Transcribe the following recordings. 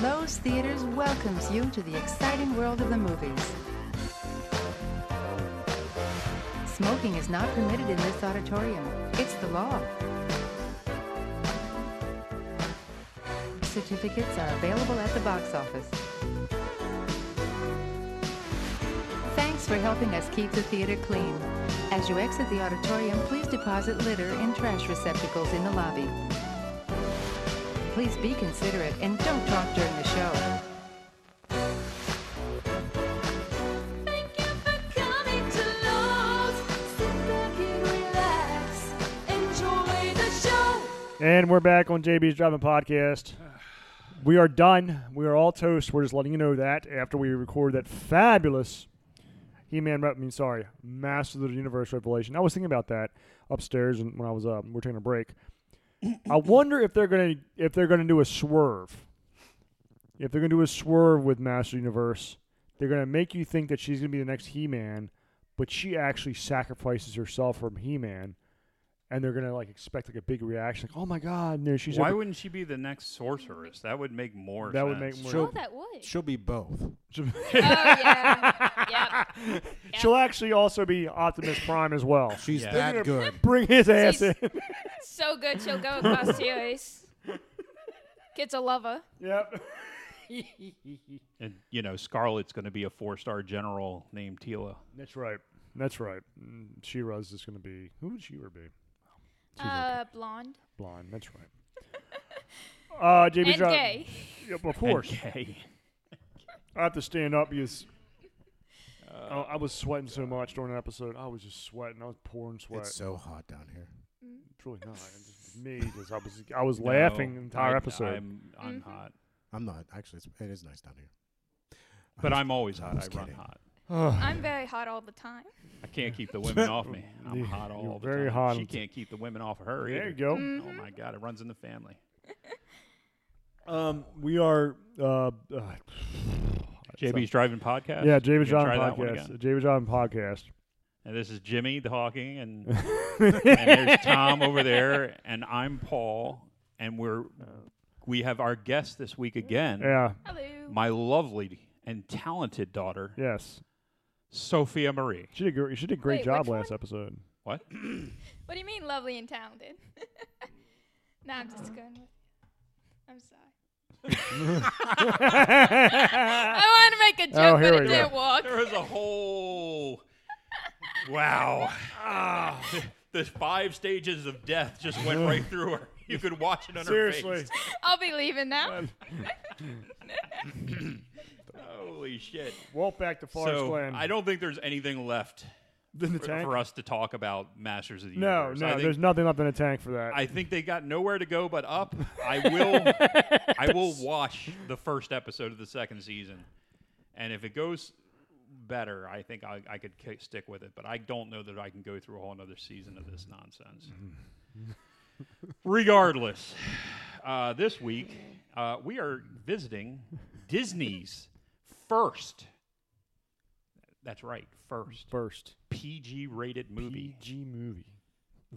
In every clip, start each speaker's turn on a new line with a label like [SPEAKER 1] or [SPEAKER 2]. [SPEAKER 1] Lowe's Theaters welcomes you to the exciting world of the movies. Smoking is not permitted in this auditorium. It's the law. Certificates are available at the box office. Thanks for helping us keep the theater clean. As you exit the auditorium, please deposit litter and trash receptacles in the lobby. Please be considerate and don't talk during the show.
[SPEAKER 2] Thank you for coming to Lowe's. Sit back and relax. Enjoy the show.
[SPEAKER 3] And we're back on JB's Driving Podcast. We are done. We are all toast. We're just letting you know that after we record that fabulous He Man, I mean, sorry, Master of the Universe Revelation. I was thinking about that upstairs and when I was up. we we're taking a break. I wonder if they're gonna if they're gonna do a swerve. If they're gonna do a swerve with Master Universe, they're gonna make you think that she's gonna be the next He Man, but she actually sacrifices herself for He Man, and they're gonna like expect like a big reaction, like oh my god, and there she's
[SPEAKER 4] Why
[SPEAKER 3] over-
[SPEAKER 4] wouldn't she be the next sorceress? That would make more
[SPEAKER 3] That
[SPEAKER 4] sense.
[SPEAKER 3] would make more-
[SPEAKER 5] Oh,
[SPEAKER 3] She'll-
[SPEAKER 5] that would.
[SPEAKER 6] She'll be both.
[SPEAKER 5] oh yeah. Yep.
[SPEAKER 3] She'll actually also be Optimus Prime as well.
[SPEAKER 6] She's
[SPEAKER 4] Yeah.
[SPEAKER 6] that good.
[SPEAKER 3] Bring his ass in.
[SPEAKER 5] She's- So good. She'll go across to us. Kids will love her.
[SPEAKER 3] yep.
[SPEAKER 4] And, you know, Scarlet's going to be a four star general named Tila.
[SPEAKER 3] That's right. That's right. Mm, She-Ra's is going to be who would She-Ra be?
[SPEAKER 5] Uh, blonde
[SPEAKER 3] Blonde. That's right. Uh, JB
[SPEAKER 5] and
[SPEAKER 3] Dri-
[SPEAKER 5] gay.
[SPEAKER 3] Yep, of course.
[SPEAKER 4] Okay.
[SPEAKER 3] I have to stand up because oh, I was sweating so much during that episode. I was just sweating. I was pouring sweat.
[SPEAKER 6] It's so hot down here.
[SPEAKER 3] It's really not. It's just me. Just, I was I was laughing the entire
[SPEAKER 4] I,
[SPEAKER 3] episode.
[SPEAKER 4] I'm, I'm hot.
[SPEAKER 6] I'm not actually. It's, it is nice down here.
[SPEAKER 4] But I'm always
[SPEAKER 6] I
[SPEAKER 4] hot. I
[SPEAKER 6] was
[SPEAKER 4] run
[SPEAKER 6] kidding.
[SPEAKER 4] hot.
[SPEAKER 5] I'm very hot all the time.
[SPEAKER 4] I can't keep the women off me. I'm
[SPEAKER 3] You're
[SPEAKER 4] hot all the
[SPEAKER 3] very
[SPEAKER 4] time.
[SPEAKER 3] hot.
[SPEAKER 4] She can't keep the women off of her
[SPEAKER 3] there you
[SPEAKER 4] either.
[SPEAKER 3] go.
[SPEAKER 4] Oh, my God. It runs in the family.
[SPEAKER 3] Um, we are. Uh, uh,
[SPEAKER 4] JB's Driving Podcast.
[SPEAKER 3] yeah,
[SPEAKER 4] You
[SPEAKER 3] David John
[SPEAKER 4] gonna try that one again?
[SPEAKER 3] podcast. David John podcast.
[SPEAKER 4] And this is Jimmy talking, and, and there's Tom over there, and I'm Paul, and we're we have our guest this week again,
[SPEAKER 3] Yeah.
[SPEAKER 5] Hello.
[SPEAKER 4] my lovely and talented daughter,
[SPEAKER 3] Yes.
[SPEAKER 4] Sophia Marie.
[SPEAKER 3] She did. gr- She did a great
[SPEAKER 5] Wait,
[SPEAKER 3] job
[SPEAKER 5] which
[SPEAKER 3] last
[SPEAKER 5] one?
[SPEAKER 3] episode.
[SPEAKER 4] What?
[SPEAKER 5] What do you mean, lovely and talented? no, I'm just going with. I'm sorry. I wanted to make a
[SPEAKER 3] Oh,
[SPEAKER 5] joke,
[SPEAKER 3] here
[SPEAKER 5] but it
[SPEAKER 3] we go.
[SPEAKER 5] didn't work.
[SPEAKER 4] There was a whole wow.
[SPEAKER 3] Ah.
[SPEAKER 4] the five stages of death just went right through her. You could watch it on her
[SPEAKER 3] Seriously.
[SPEAKER 4] face.
[SPEAKER 5] I'll be leaving now.
[SPEAKER 4] Holy shit!
[SPEAKER 3] Walk back to Forest
[SPEAKER 4] so
[SPEAKER 3] Glen.
[SPEAKER 4] I don't think there's anything left
[SPEAKER 3] in the
[SPEAKER 4] for,
[SPEAKER 3] tank.
[SPEAKER 4] for us to talk about Masters of the
[SPEAKER 3] no,
[SPEAKER 4] Universe. I
[SPEAKER 3] no.
[SPEAKER 4] think-
[SPEAKER 3] There's nothing left in the tank for that.
[SPEAKER 4] I think they got nowhere to go but up. I will I will watch the first episode of the second season. And if it goes better, I think I, I could ki stick with it. But I don't know that I can go through a whole another season of this nonsense. Regardless, uh, this week uh, we are visiting Disney's first. That's right, first
[SPEAKER 3] First
[SPEAKER 4] PG rated movie,
[SPEAKER 3] PG movie.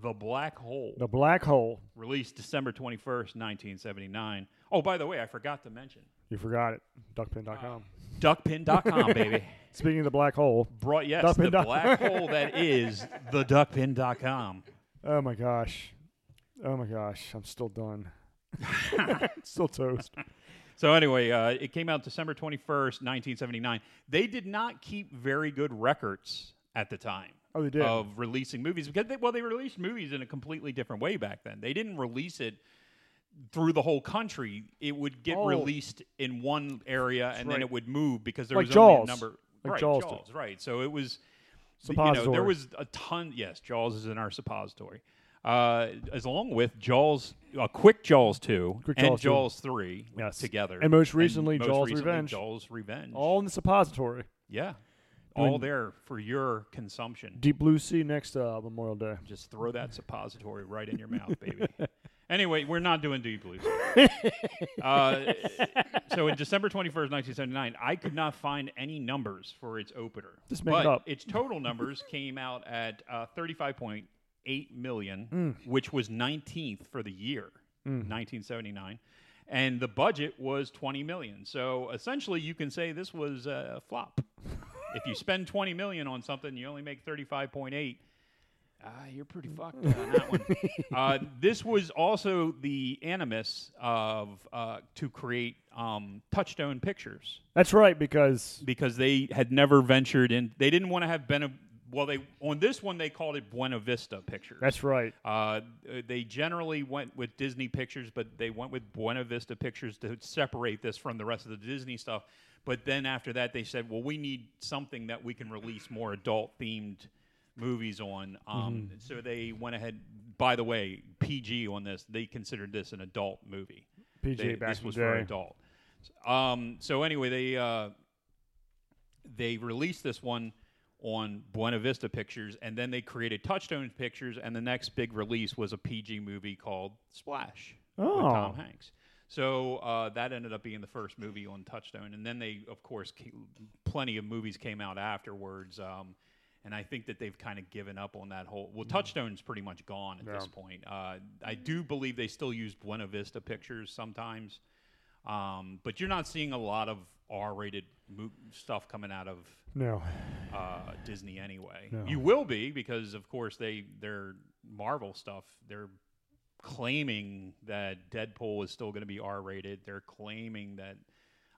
[SPEAKER 4] The Black Hole
[SPEAKER 3] The black hole.
[SPEAKER 4] released December 21st, 1979. Oh, by the way, I forgot to mention
[SPEAKER 3] You forgot it. Duckpin.com.
[SPEAKER 4] Ah. duckpin.com, baby.
[SPEAKER 3] Speaking of the black hole.
[SPEAKER 4] Brought, yes,
[SPEAKER 3] Duckpin
[SPEAKER 4] the
[SPEAKER 3] dot-
[SPEAKER 4] black hole that is the duckpin.com.
[SPEAKER 3] Oh my gosh. Oh my gosh. I'm still done. still toast.
[SPEAKER 4] So, anyway, uh, it came out December 21st, 1979. They did not keep very good records at the time.
[SPEAKER 3] Oh, they didn't.
[SPEAKER 4] Of releasing movies because they, well, they released movies in a completely different way back then. They didn't release it through the whole country. It would get
[SPEAKER 3] Oh.
[SPEAKER 4] released in one area and then
[SPEAKER 3] right.
[SPEAKER 4] it would move because there
[SPEAKER 3] Like
[SPEAKER 4] was only a
[SPEAKER 3] Jaws.
[SPEAKER 4] number.
[SPEAKER 3] Like
[SPEAKER 4] right,
[SPEAKER 3] Jaws
[SPEAKER 4] Jaws,
[SPEAKER 3] did.
[SPEAKER 4] right? So it was th- you know, there
[SPEAKER 3] Suppository.
[SPEAKER 4] was a ton. Yes, Jaws is in our suppository. Uh, as along with Jaws, uh, Quick Jaws two
[SPEAKER 3] Quick
[SPEAKER 4] and
[SPEAKER 3] Jaws 2.
[SPEAKER 4] Jaws three
[SPEAKER 3] Yes.
[SPEAKER 4] together,
[SPEAKER 3] And most recently,
[SPEAKER 4] most
[SPEAKER 3] Jaws
[SPEAKER 4] recently,
[SPEAKER 3] Revenge.
[SPEAKER 4] Jaws Revenge.
[SPEAKER 3] All in the suppository.
[SPEAKER 4] yeah, all
[SPEAKER 3] Doing-
[SPEAKER 4] there for your consumption.
[SPEAKER 3] Deep Blue Sea next uh, Memorial Day.
[SPEAKER 4] Just throw that suppository right in your mouth, baby. Anyway, we're not doing deep blues. uh, so in December 21st, 1979, I could not find any numbers for its opener.
[SPEAKER 3] Just make
[SPEAKER 4] but
[SPEAKER 3] it up.
[SPEAKER 4] its total numbers came out at uh,
[SPEAKER 3] Mm.
[SPEAKER 4] 35.8 million, which was 19th for the year, 1979. and the budget was 20 million. So essentially, you can say this was a flop. if you spend 20 million on something, you only make 35.8. Ah, you're pretty fucked on that one. uh, this was also the animus of uh, to create um, Touchstone Pictures
[SPEAKER 3] That's right, because
[SPEAKER 4] because they had never ventured in. They didn't want to have been well. They on this one they called it Buena Vista Pictures.
[SPEAKER 3] that's right.
[SPEAKER 4] Uh, they generally went with Disney Pictures, but they went with Buena Vista Pictures to separate this from the rest of the Disney stuff. But then after that, they said, well, we need something that we can release more adult themed movies on. Um,
[SPEAKER 3] Mm-hmm.
[SPEAKER 4] So they went ahead. By the way, PG on this, they considered this an adult movie.
[SPEAKER 3] PG
[SPEAKER 4] They-
[SPEAKER 3] back
[SPEAKER 4] this
[SPEAKER 3] in
[SPEAKER 4] was
[SPEAKER 3] the
[SPEAKER 4] for
[SPEAKER 3] day.
[SPEAKER 4] adult. Um, so anyway, they uh, they released this one on Buena Vista Pictures, and then they created Touchstone Pictures, and the next big release was a PG movie called Splash with
[SPEAKER 3] Oh.
[SPEAKER 4] Tom Hanks. So uh, that ended up being the first movie on Touchstone, and then they, of course, ca- plenty of movies came out afterwards. Um, and I think that they've kind of given up on that whole. Well, Touchstone's pretty much gone at this
[SPEAKER 3] Mm. Yeah.
[SPEAKER 4] point. Uh, I do believe they still use Buena Vista Pictures sometimes, um, but you're not seeing a lot of R-rated mo- stuff coming out of
[SPEAKER 3] No.
[SPEAKER 4] uh, Disney anyway.
[SPEAKER 3] No.
[SPEAKER 4] You will be because, of course, they their Marvel stuff. They're claiming that Deadpool is still going to be R rated. They're claiming that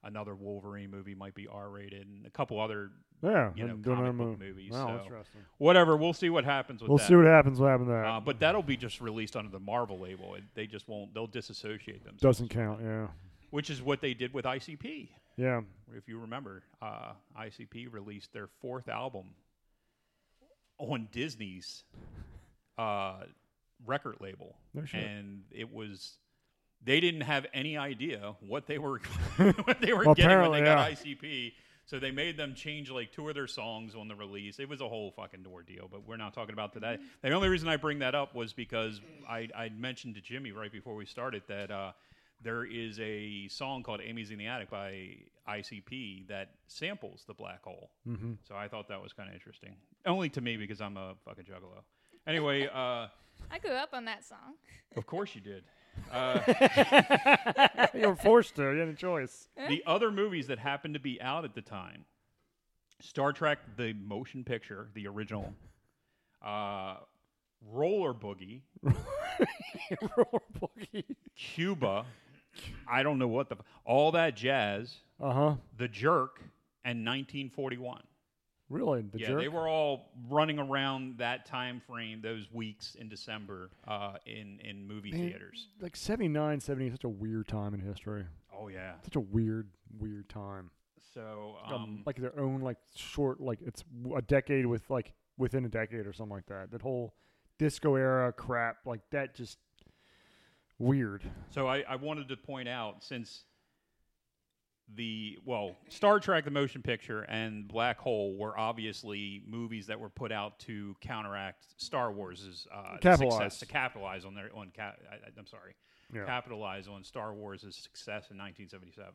[SPEAKER 4] another Wolverine movie might be R rated, and a couple other
[SPEAKER 3] Yeah.
[SPEAKER 4] you know
[SPEAKER 3] and doing
[SPEAKER 4] comic
[SPEAKER 3] another
[SPEAKER 4] book
[SPEAKER 3] movie.
[SPEAKER 4] movies.
[SPEAKER 3] Wow,
[SPEAKER 4] so
[SPEAKER 3] interesting.
[SPEAKER 4] whatever, we'll see what happens with
[SPEAKER 3] We'll
[SPEAKER 4] that.
[SPEAKER 3] see what happens. What happened to that?
[SPEAKER 4] uh, but that'll be just released under the Marvel label. It, they just won't. They'll disassociate themselves.
[SPEAKER 3] Doesn't count. Yeah.
[SPEAKER 4] Which is what they did with ICP.
[SPEAKER 3] Yeah.
[SPEAKER 4] If you remember, uh, ICP released their fourth album on Disney's uh, record label,
[SPEAKER 3] No shit.
[SPEAKER 4] and it was they didn't have any idea what they were what they were
[SPEAKER 3] Well,
[SPEAKER 4] getting when
[SPEAKER 3] apparently,
[SPEAKER 4] they got
[SPEAKER 3] yeah.
[SPEAKER 4] ICP. So they made them change like two of their songs on the release. It was a whole fucking ordeal, but we're not talking about today. The only reason I bring that up was because I I mentioned to Jimmy right before we started that uh, there is a song called "Amy's in the Attic" by ICP that samples the black hole. Mm-hmm. So I thought that was kind of interesting, only to me because I'm a fucking juggalo. Anyway. Uh,
[SPEAKER 5] I grew up on that song.
[SPEAKER 4] of course you did. Uh,
[SPEAKER 3] you were forced to. You had a choice.
[SPEAKER 4] the other movies that happened to be out at the time Star Trek, the motion picture, the original, uh, Roller Boogie, Cuba, I don't know what the, all that jazz,
[SPEAKER 3] Uh huh.
[SPEAKER 4] The Jerk, and 1941.
[SPEAKER 3] Really? The
[SPEAKER 4] yeah,
[SPEAKER 3] jerk?
[SPEAKER 4] they were all running around that time frame, those weeks in December uh, in, in movie
[SPEAKER 3] Man,
[SPEAKER 4] theaters.
[SPEAKER 3] Like 79, 70 is such a weird time in history.
[SPEAKER 4] Oh, yeah.
[SPEAKER 3] Such a weird, weird time.
[SPEAKER 4] So,
[SPEAKER 3] Like, um,
[SPEAKER 4] um,
[SPEAKER 3] like their own, like short, like it's w- a decade with like within a decade or something like that. That whole disco era crap, like that, just weird.
[SPEAKER 4] So I, I wanted to point out since the well, Star Trek the motion picture and Black Hole were obviously movies that were put out to counteract Star Wars's uh,
[SPEAKER 3] Capitalize.
[SPEAKER 4] success to capitalize on their on ca- I, I- I'm sorry,
[SPEAKER 3] Yeah.
[SPEAKER 4] capitalize on Star Wars's success in 1977,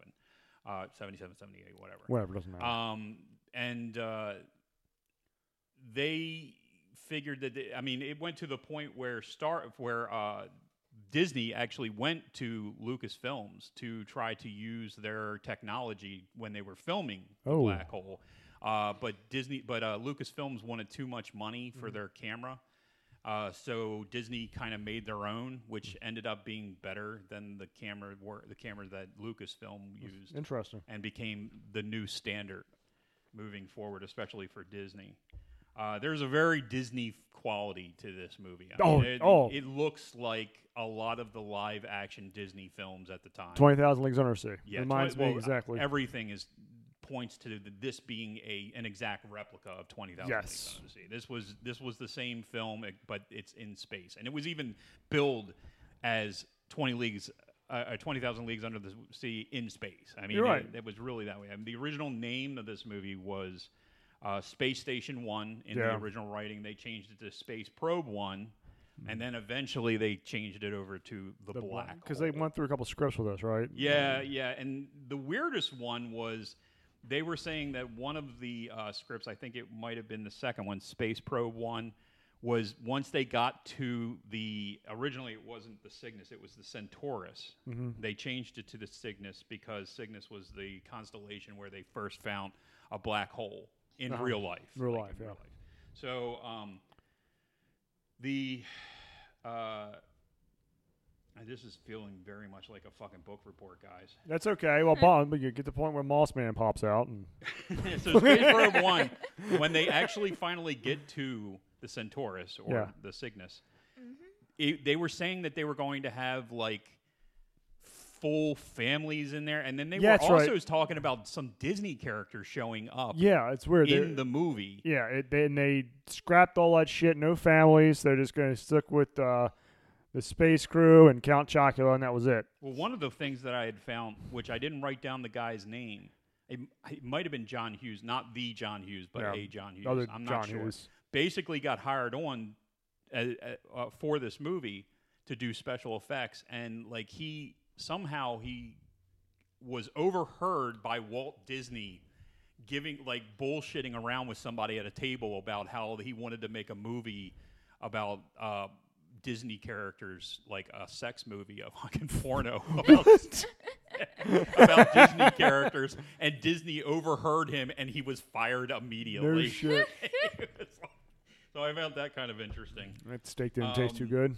[SPEAKER 4] uh, 77, 78, whatever.
[SPEAKER 3] Whatever, doesn't matter.
[SPEAKER 4] Um, and uh, they figured that they- I mean it went to the point where Star where uh, Disney actually went to Lucasfilms to try to use their technology when they were filming the
[SPEAKER 3] Oh.
[SPEAKER 4] Black Hole. Uh, but Disney, but uh, Lucasfilms wanted too much money for their camera. Uh, so Disney kind of made their own, which ended up being better than the camera wor- the camera that Lucasfilm used
[SPEAKER 3] Interesting.
[SPEAKER 4] and became the new standard moving forward, especially for Disney. Uh, there's a very Disney quality to this movie. I
[SPEAKER 3] Oh,
[SPEAKER 4] it,
[SPEAKER 3] oh.
[SPEAKER 4] it looks like a lot of the live action Disney films at the time.
[SPEAKER 3] Twenty thousand leagues under the sea.
[SPEAKER 4] Yeah,
[SPEAKER 3] Reminds
[SPEAKER 4] twen-
[SPEAKER 3] me
[SPEAKER 4] well,
[SPEAKER 3] exactly.
[SPEAKER 4] Everything is points to th- this being a an exact replica of Twenty Thousand
[SPEAKER 3] Yes.
[SPEAKER 4] Leagues Under the Sea. This was this was the same film, it- but it's in space, and it was even billed as Twenty Leagues. Uh, uh, 20,000 Leagues Under the Sea in space. I mean,
[SPEAKER 3] You're right.
[SPEAKER 4] it, it was really that way. I mean, the original name of this movie was uh, Space Station One in
[SPEAKER 3] Yeah.
[SPEAKER 4] the original writing. They changed it to Space Probe One,
[SPEAKER 3] Mm.
[SPEAKER 4] and then eventually they changed it over to The, Black.
[SPEAKER 3] because they
[SPEAKER 4] Hole.
[SPEAKER 3] went through a couple scripts with us, right?
[SPEAKER 4] Yeah, yeah. And the weirdest one was they were saying that one of the uh, scripts, I think it might have been the second one, Space Probe one, was once they got to the originally it wasn't the Cygnus, it was the Centaurus.
[SPEAKER 3] Mm-hmm.
[SPEAKER 4] They changed it to the Cygnus because Cygnus was the constellation where they first found a black hole in
[SPEAKER 3] Uh-huh.
[SPEAKER 4] real life.
[SPEAKER 3] Real
[SPEAKER 4] like
[SPEAKER 3] life,
[SPEAKER 4] in
[SPEAKER 3] yeah.
[SPEAKER 4] So um, the uh, and this is feeling very much like a fucking book report, guys.
[SPEAKER 3] That's okay. Well, Bond, but you get the point where Moss Man pops out, and
[SPEAKER 4] so Space Probe One, when they actually finally get to the Centaurus or
[SPEAKER 3] Yeah.
[SPEAKER 4] the Cygnus, it- they were saying that they were going to have like full families in there, and then they
[SPEAKER 3] Yeah,
[SPEAKER 4] were
[SPEAKER 3] that's right.
[SPEAKER 4] also talking about some Disney characters showing up
[SPEAKER 3] yeah, it's weird.
[SPEAKER 4] in
[SPEAKER 3] They're-
[SPEAKER 4] the movie.
[SPEAKER 3] yeah, it, they, and they scrapped all that shit. No families. They're just going to stick with uh, the space crew and Count Chocula, and that was it.
[SPEAKER 4] Well, one of the things that I had found, which I didn't write down the guy's name, it, m- it might have been John Hughes, not the John Hughes, but
[SPEAKER 3] Yeah,
[SPEAKER 4] a John Hughes.
[SPEAKER 3] other
[SPEAKER 4] I'm not
[SPEAKER 3] John
[SPEAKER 4] sure.
[SPEAKER 3] Hughes.
[SPEAKER 4] Basically, got hired on uh, uh, uh, for this movie to do special effects, and like he somehow he was overheard by Walt Disney giving like bullshitting around with somebody at a table about how he wanted to make a movie about uh, Disney characters, like a sex movie, a fucking porno about, about Disney characters, and Disney overheard him and he was fired immediately.
[SPEAKER 3] No shit.
[SPEAKER 4] It was like- so I found that kind of interesting
[SPEAKER 3] That steak didn't taste too
[SPEAKER 4] Um,
[SPEAKER 3] good.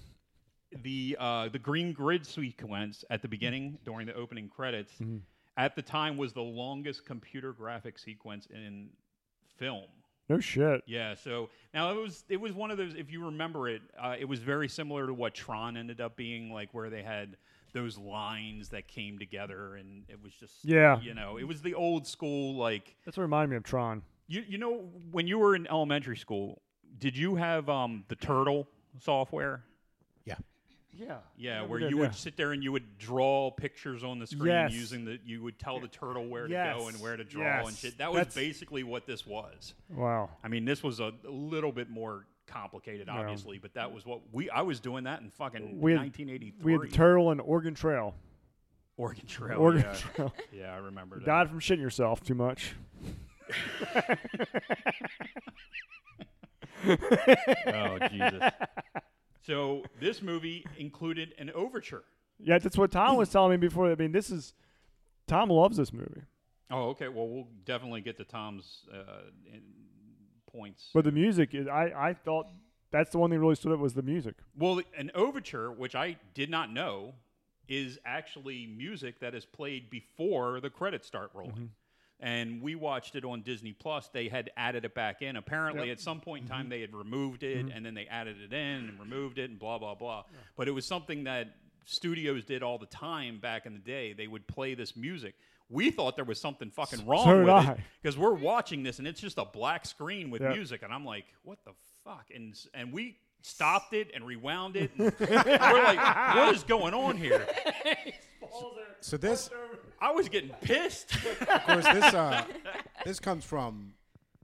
[SPEAKER 4] the uh, the green grid sequence at the beginning during the opening credits
[SPEAKER 3] Mm-hmm.
[SPEAKER 4] at the time was the longest computer graphic sequence in film.
[SPEAKER 3] No shit.
[SPEAKER 4] Yeah, so now it was it was one of those. If you remember it, uh, it was very similar to what Tron ended up being, like where they had those lines that came together, and it was just
[SPEAKER 3] Yeah.
[SPEAKER 4] you know, it was the old school like
[SPEAKER 3] That's what reminded me of Tron.
[SPEAKER 4] you you know when you were in elementary school, did you have um, the turtle software?
[SPEAKER 6] Yeah.
[SPEAKER 3] Yeah.
[SPEAKER 4] Yeah, where
[SPEAKER 3] did,
[SPEAKER 4] you would
[SPEAKER 3] yeah.
[SPEAKER 4] sit there and you would draw pictures on the screen
[SPEAKER 3] Yes.
[SPEAKER 4] using the you would tell the turtle where to go and
[SPEAKER 3] Yes.
[SPEAKER 4] where to draw and
[SPEAKER 3] Yes.
[SPEAKER 4] shit. That was
[SPEAKER 3] That's-
[SPEAKER 4] basically what this was.
[SPEAKER 3] Wow.
[SPEAKER 4] I mean, this was a little bit more complicated, obviously, but that was what we I was doing that in fucking
[SPEAKER 3] We had-
[SPEAKER 4] 1983.
[SPEAKER 3] We had the turtle and Oregon Trail.
[SPEAKER 4] Oregon Trail.
[SPEAKER 3] Oregon
[SPEAKER 4] Oh, yeah.
[SPEAKER 3] Trail.
[SPEAKER 4] yeah, I remember that.
[SPEAKER 3] Died from shitting yourself too much.
[SPEAKER 4] Oh Jesus. so this movie included an overture.
[SPEAKER 3] Yeah, that's what Tom was telling me before. I mean, this is Tom loves this movie,
[SPEAKER 4] Oh, okay. Well, we'll definitely get to Tom's uh, in points.
[SPEAKER 3] but the music is. I I thought that's the one thing really stood out was the music.
[SPEAKER 4] Well, an overture, which I did not know, is actually music that is played before the credits start rolling.
[SPEAKER 3] Mm-hmm.
[SPEAKER 4] And we watched it on Disney Plus. They had added it back in. Apparently, at some point in
[SPEAKER 3] Mm-hmm.
[SPEAKER 4] time, they had removed it and then they added it in and removed it and blah, blah, blah. But it was something that studios did all the time back in the day. They would play this music. We thought there was something fucking wrong
[SPEAKER 3] so did
[SPEAKER 4] with it
[SPEAKER 3] I.
[SPEAKER 4] because we're watching this and it's just a black screen with
[SPEAKER 3] Yeah.
[SPEAKER 4] music and I'm like, what the fuck? And s- and we stopped it and rewound it. And we're like, what is going on here?
[SPEAKER 6] So this,
[SPEAKER 4] I was getting pissed.
[SPEAKER 6] of course, this uh, this comes from.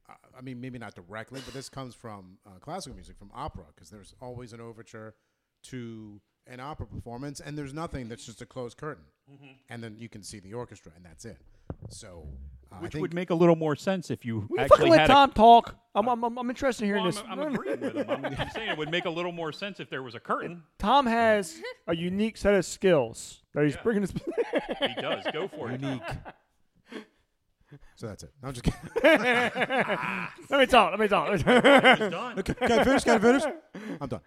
[SPEAKER 6] uh, I mean, maybe not directly, but this comes from uh, classical music, from opera, because there's always an overture to an opera performance, and there's nothing that's just a closed curtain,
[SPEAKER 4] Mm-hmm.
[SPEAKER 6] and then you can see the orchestra, and that's it. So, uh, I
[SPEAKER 4] Which
[SPEAKER 6] think
[SPEAKER 4] would make a little more sense if you
[SPEAKER 3] Will you fucking
[SPEAKER 4] actually
[SPEAKER 3] let
[SPEAKER 4] had
[SPEAKER 3] Tom talk? I'm, I'm, I'm, I'm interested in
[SPEAKER 4] a.
[SPEAKER 3] hearing
[SPEAKER 4] Well, I'm,
[SPEAKER 3] this.
[SPEAKER 4] I'm agreeing with him. I'm, I'm saying it would make a little more sense if there was a curtain.
[SPEAKER 3] Tom has a unique set of skills that he's bringing. His,
[SPEAKER 4] He does. Go for it.
[SPEAKER 6] unique. so that's it. No, I'm just kidding.
[SPEAKER 3] let me talk. Let me talk.
[SPEAKER 4] It's done.
[SPEAKER 6] Gotta finish. Gotta finish. I'm done.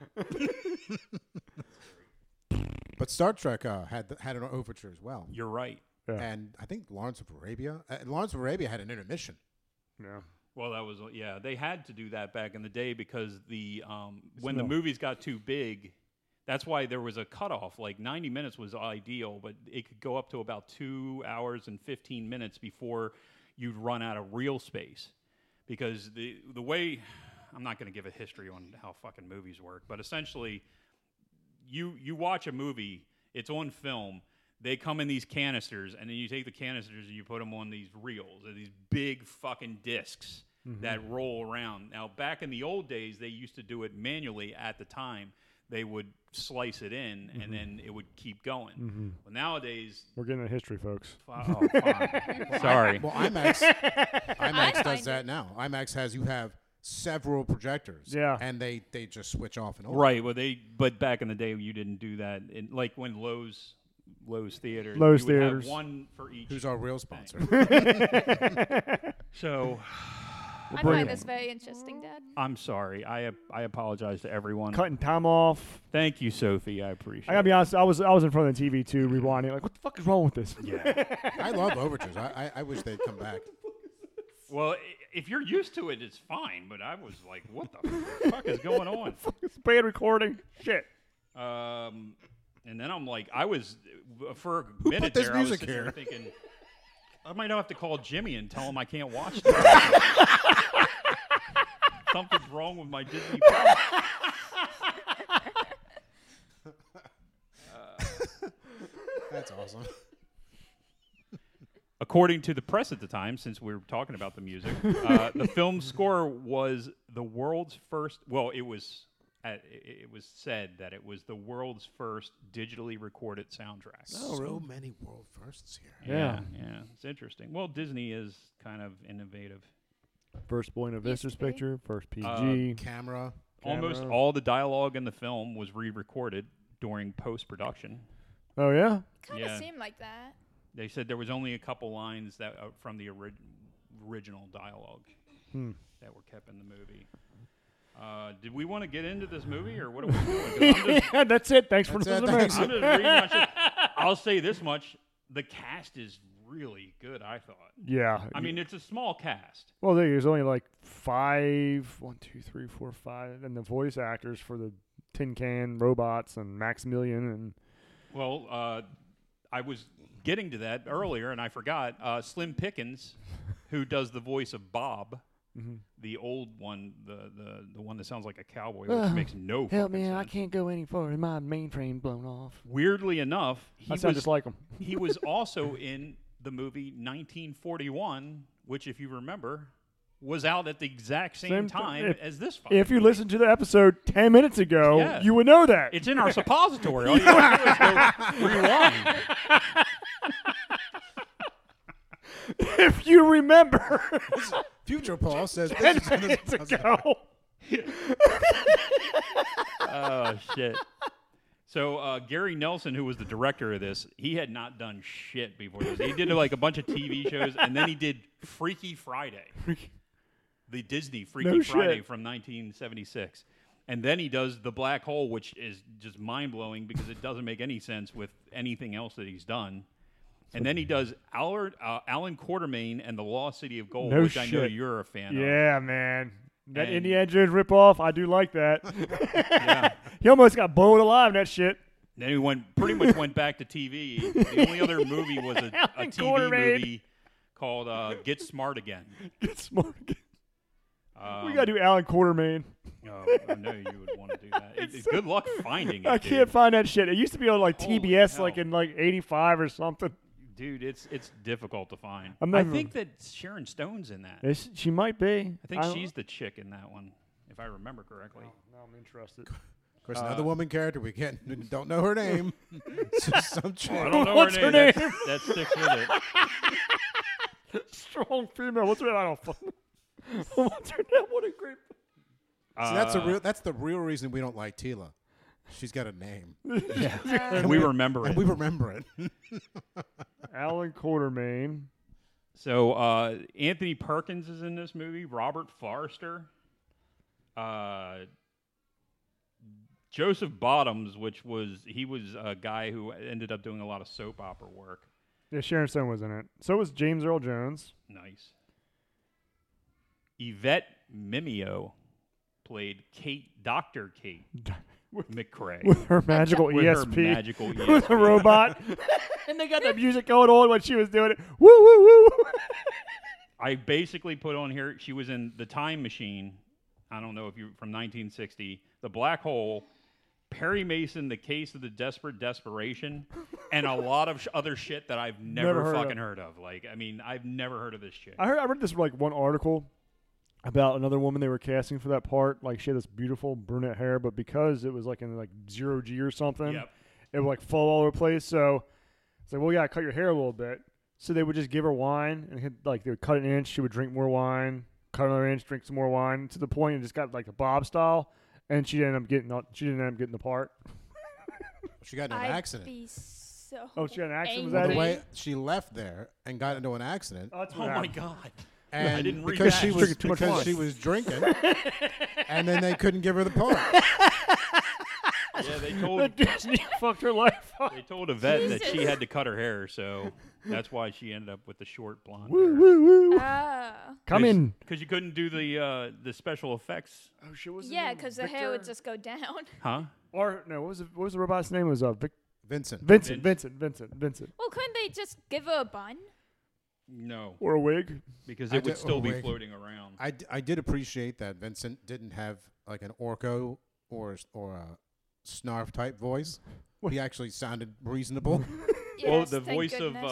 [SPEAKER 6] but Star Trek uh, had had an overture as well,
[SPEAKER 4] You're right.
[SPEAKER 6] and I think Lawrence of Arabia. Uh, Lawrence of Arabia had an intermission.
[SPEAKER 3] no.
[SPEAKER 4] Well, that was yeah. They had to do that back in the day because the um, when the movies got too big, that's why there was a cutoff. Like ninety minutes was ideal, but it could go up to about two hours and fifteen minutes before you'd run out of real space. Because the the way I'm not going to give a history on how fucking movies work, but essentially you you watch a movie, it's on film. They come in these canisters, and then you take the canisters and you put them on these reels, or these big fucking disks that roll around. Now, back in the old days, they used to do it manually at the time. They would slice it in, and then it would keep going. Well, nowadays,
[SPEAKER 3] We're getting into history, folks.
[SPEAKER 4] oh, fine. sorry.
[SPEAKER 6] Well, IMAX, IMAX
[SPEAKER 5] find
[SPEAKER 6] does that now. IMAX has you have several projectors.
[SPEAKER 3] Yeah.
[SPEAKER 6] and they they just switch off and on.
[SPEAKER 4] Right. Well, they but back in the day you didn't do that. In, like when Lowe's Lowe's Theater
[SPEAKER 3] Lowe's
[SPEAKER 4] you would have
[SPEAKER 3] Theaters.
[SPEAKER 4] one for each.
[SPEAKER 6] Who's our real sponsor?
[SPEAKER 4] so
[SPEAKER 5] I
[SPEAKER 3] bring
[SPEAKER 5] find
[SPEAKER 3] it.
[SPEAKER 5] this very interesting, Dad.
[SPEAKER 4] I'm sorry. I ap- I apologize to everyone.
[SPEAKER 3] Cutting time off.
[SPEAKER 4] Thank you, Sophie. I appreciate.
[SPEAKER 3] I gotta be
[SPEAKER 4] it.
[SPEAKER 3] honest. I was I was in front of the TV too, rewinding. Like, what the fuck is wrong with this?
[SPEAKER 4] Yeah.
[SPEAKER 6] I love overtures. I, I I wish they'd come back.
[SPEAKER 4] well, i- if you're used to it, it's fine. But I was like, what the fuck is going on?
[SPEAKER 3] it's bad recording. Shit.
[SPEAKER 4] Um, and then I'm like, I was uh, for a
[SPEAKER 6] put
[SPEAKER 4] minute
[SPEAKER 6] this
[SPEAKER 4] there, I was
[SPEAKER 6] music
[SPEAKER 4] sitting there
[SPEAKER 6] here?
[SPEAKER 4] thinking, I might have to call Jimmy and tell him I can't watch. this. Something's wrong with my Disney. Plus.
[SPEAKER 6] That's awesome.
[SPEAKER 4] According to the press at the time, since we were talking about the music, uh, the film score was the world's first. Well, it was. Uh, it it was said that it was the world's first digitally recorded soundtrack.
[SPEAKER 6] so many world firsts here.
[SPEAKER 4] Yeah, yeah, it's interesting. Well, Disney is kind of innovative.
[SPEAKER 3] First point of
[SPEAKER 5] Used to
[SPEAKER 3] Visters
[SPEAKER 5] be.
[SPEAKER 3] picture. First PG. Uh,
[SPEAKER 6] Camera.
[SPEAKER 4] Almost
[SPEAKER 3] Camera.
[SPEAKER 4] all the dialogue in the film was re-recorded during post-production.
[SPEAKER 3] oh yeah.
[SPEAKER 5] Kind of
[SPEAKER 4] Yeah.
[SPEAKER 5] seemed like that.
[SPEAKER 4] They said there was only a couple lines that uh, from the ori- original dialogue
[SPEAKER 3] Hmm.
[SPEAKER 4] that were kept in the movie. Uh, did we want to get into this movie or what are we doing? 'Cause I'm just,
[SPEAKER 3] yeah, that's it. Thanks
[SPEAKER 6] That's
[SPEAKER 3] for
[SPEAKER 6] it,
[SPEAKER 3] the
[SPEAKER 6] thanks.
[SPEAKER 4] I'm just reading my shit. I'll say this much: the cast is really good. I thought.
[SPEAKER 3] Yeah.
[SPEAKER 4] I mean, it's a small cast.
[SPEAKER 3] well, there- there's only like five, one, two, three, four, five, and the voice actors for the Tin Can robots and Maximilian and
[SPEAKER 4] Well, uh, I was getting to that earlier, and I forgot. Uh, Slim Pickens, who does the voice of Bob,
[SPEAKER 3] Mm-hmm.
[SPEAKER 4] the old one, the, the the one that sounds like a cowboy, which
[SPEAKER 3] Ugh.
[SPEAKER 4] makes no
[SPEAKER 3] Help
[SPEAKER 4] fucking
[SPEAKER 3] me! I
[SPEAKER 4] sense.
[SPEAKER 3] can't go any further. My mainframe blown off.
[SPEAKER 4] Weirdly enough, he
[SPEAKER 3] I
[SPEAKER 4] was
[SPEAKER 3] sound just like him.
[SPEAKER 4] he was also in the movie 1941, which, if you remember, was out at the exact same,
[SPEAKER 3] Same ti-
[SPEAKER 4] time
[SPEAKER 3] if-
[SPEAKER 4] as this. fucking
[SPEAKER 3] If you
[SPEAKER 4] movie.
[SPEAKER 3] listened to the episode ten minutes ago,
[SPEAKER 4] Yeah.
[SPEAKER 3] you would know that.
[SPEAKER 4] It's in our suppository. All you have to do is go rewind.
[SPEAKER 3] if you remember
[SPEAKER 6] Future Paul says.
[SPEAKER 3] ten
[SPEAKER 6] This is another-
[SPEAKER 3] minutes ago.
[SPEAKER 4] oh shit. So uh, Gary Nelson, who was the director of this, he had not done shit before this. He did like a bunch of TV shows, and then he did Freaky Friday, the Disney Freaky
[SPEAKER 3] No
[SPEAKER 4] Friday
[SPEAKER 3] shit.
[SPEAKER 4] from 1976, and then he does The Black Hole, which is just mind blowing because it doesn't make any sense with anything else that he's done. And then he does Allard, uh, Alan Quartermain and the Lost City of Gold,
[SPEAKER 3] No
[SPEAKER 4] which I know
[SPEAKER 3] shit.
[SPEAKER 4] you're a fan of.
[SPEAKER 3] Yeah, man. That
[SPEAKER 4] And-
[SPEAKER 3] Indiana Jones ripoff, I do like that. he almost got bowled alive in that shit.
[SPEAKER 4] Then he went pretty much went back to TV. The only other movie was a, a
[SPEAKER 3] Alan
[SPEAKER 4] TV
[SPEAKER 3] Quartermain.
[SPEAKER 4] movie called uh, Get Smart Again.
[SPEAKER 3] Get smart. again.
[SPEAKER 4] Um,
[SPEAKER 3] we gotta do Alan Quartermain.
[SPEAKER 4] Oh, I know you would want to do that. It-
[SPEAKER 3] It's-
[SPEAKER 4] good luck finding it.
[SPEAKER 3] I
[SPEAKER 4] dude.
[SPEAKER 3] can't find that shit. It used to be on like
[SPEAKER 4] Holy
[SPEAKER 3] TBS, like
[SPEAKER 4] hell.
[SPEAKER 3] in like '85 or something.
[SPEAKER 4] dude. It's it's difficult to find.
[SPEAKER 3] I'm
[SPEAKER 4] I
[SPEAKER 3] never-
[SPEAKER 4] think that Sharon Stone's in that.
[SPEAKER 3] It's- she might be.
[SPEAKER 4] I think
[SPEAKER 3] don't-
[SPEAKER 4] she's the chick in that one, if I remember correctly.
[SPEAKER 3] Now I'm interested.
[SPEAKER 6] Of course, another woman character we can't don't know her name. It's just some chick.
[SPEAKER 4] I don't know
[SPEAKER 3] What's
[SPEAKER 4] her
[SPEAKER 3] her
[SPEAKER 4] name. That's- that sticks with it.
[SPEAKER 3] Strong female. What's her name? I don't fucking. What's her name? What a great.
[SPEAKER 6] See, that's a real. That's the real reason we don't like Tila. She's got a name,
[SPEAKER 4] Uh, we remember it.
[SPEAKER 6] and we remember it.
[SPEAKER 3] Alan Quartermain.
[SPEAKER 4] So uh, Anthony Perkins is in this movie. Robert Forrester, uh, Joseph Bottoms, which was he was a guy who ended up doing a lot of soap opera work.
[SPEAKER 3] Yeah, Sharon Stone was in it. So was James Earl Jones.
[SPEAKER 4] Nice. Yvette Mimeo played Kate, Doctor Kate McCrae.
[SPEAKER 3] With her magical
[SPEAKER 4] With her
[SPEAKER 3] ESP.
[SPEAKER 4] magical E
[SPEAKER 3] With a
[SPEAKER 4] ESP.
[SPEAKER 3] robot. and they got the music going on when she was doing it. Woo, woo, woo.
[SPEAKER 4] I basically put on here. She was in the Time Machine. I don't know if you from 1960, the Black Hole, Perry Mason, the Case of the Desperate Desperation, and a lot of sh- other shit that I've never,
[SPEAKER 3] Never heard of.
[SPEAKER 4] fucking heard of. Like, I mean, I've never heard of this shit.
[SPEAKER 3] I heard. I read this like one article about another woman they were casting for that part. Like she had this beautiful brunette hair, but because it was like in like zero G or something,
[SPEAKER 4] Yep.
[SPEAKER 3] it would like fall all over the place. So it's like, well, yeah, cut your hair a little bit. So they would just give her wine and hit, like they would cut an inch. She would drink more wine. Carmen Ranch drinks some more wine to the point it just got like a Bob style, and she ended up getting she didn't end up getting the part.
[SPEAKER 6] She got in an
[SPEAKER 5] I'd
[SPEAKER 6] accident.
[SPEAKER 5] be so.
[SPEAKER 3] Oh, she had an accident, was
[SPEAKER 6] Well, the
[SPEAKER 3] that Uh, it?
[SPEAKER 6] way she left there and got into an accident,
[SPEAKER 3] That's
[SPEAKER 4] Oh
[SPEAKER 3] what
[SPEAKER 4] my
[SPEAKER 3] happened.
[SPEAKER 4] god.
[SPEAKER 6] and
[SPEAKER 4] didn't read
[SPEAKER 6] because
[SPEAKER 4] that.
[SPEAKER 6] she
[SPEAKER 4] She's
[SPEAKER 6] was
[SPEAKER 3] drinking too much
[SPEAKER 6] because
[SPEAKER 3] wine.
[SPEAKER 6] she was drinking, and then they couldn't give her the part.
[SPEAKER 4] Yeah, they told
[SPEAKER 3] That Disney fucked her life up.
[SPEAKER 4] they told a vet that she had to cut her hair, so that's why she ended up with the short blonde.
[SPEAKER 3] Woo woo woo.
[SPEAKER 5] Oh.
[SPEAKER 3] Come in.
[SPEAKER 4] because you couldn't do the uh, the special effects,
[SPEAKER 3] Oh, she was.
[SPEAKER 5] Yeah, because the hair would just go down.
[SPEAKER 4] huh?
[SPEAKER 3] Or no, what was the, what was the robot's name? It was uh, Vic-
[SPEAKER 6] Vincent,
[SPEAKER 3] Vincent, Vincent, Vincent, Vincent,
[SPEAKER 5] Well, couldn't they just give her a bun?
[SPEAKER 4] No,
[SPEAKER 3] or a wig.
[SPEAKER 4] because
[SPEAKER 6] I
[SPEAKER 4] it would
[SPEAKER 6] did-
[SPEAKER 4] still
[SPEAKER 6] oh,
[SPEAKER 4] be
[SPEAKER 6] wait.
[SPEAKER 4] floating around.
[SPEAKER 6] I, d- I did appreciate that Vincent didn't have like an orco or s- or a snarf type voice. He actually sounded reasonable.
[SPEAKER 4] well,
[SPEAKER 5] Yes,
[SPEAKER 4] the
[SPEAKER 5] thank
[SPEAKER 4] voice
[SPEAKER 5] goodness.
[SPEAKER 4] of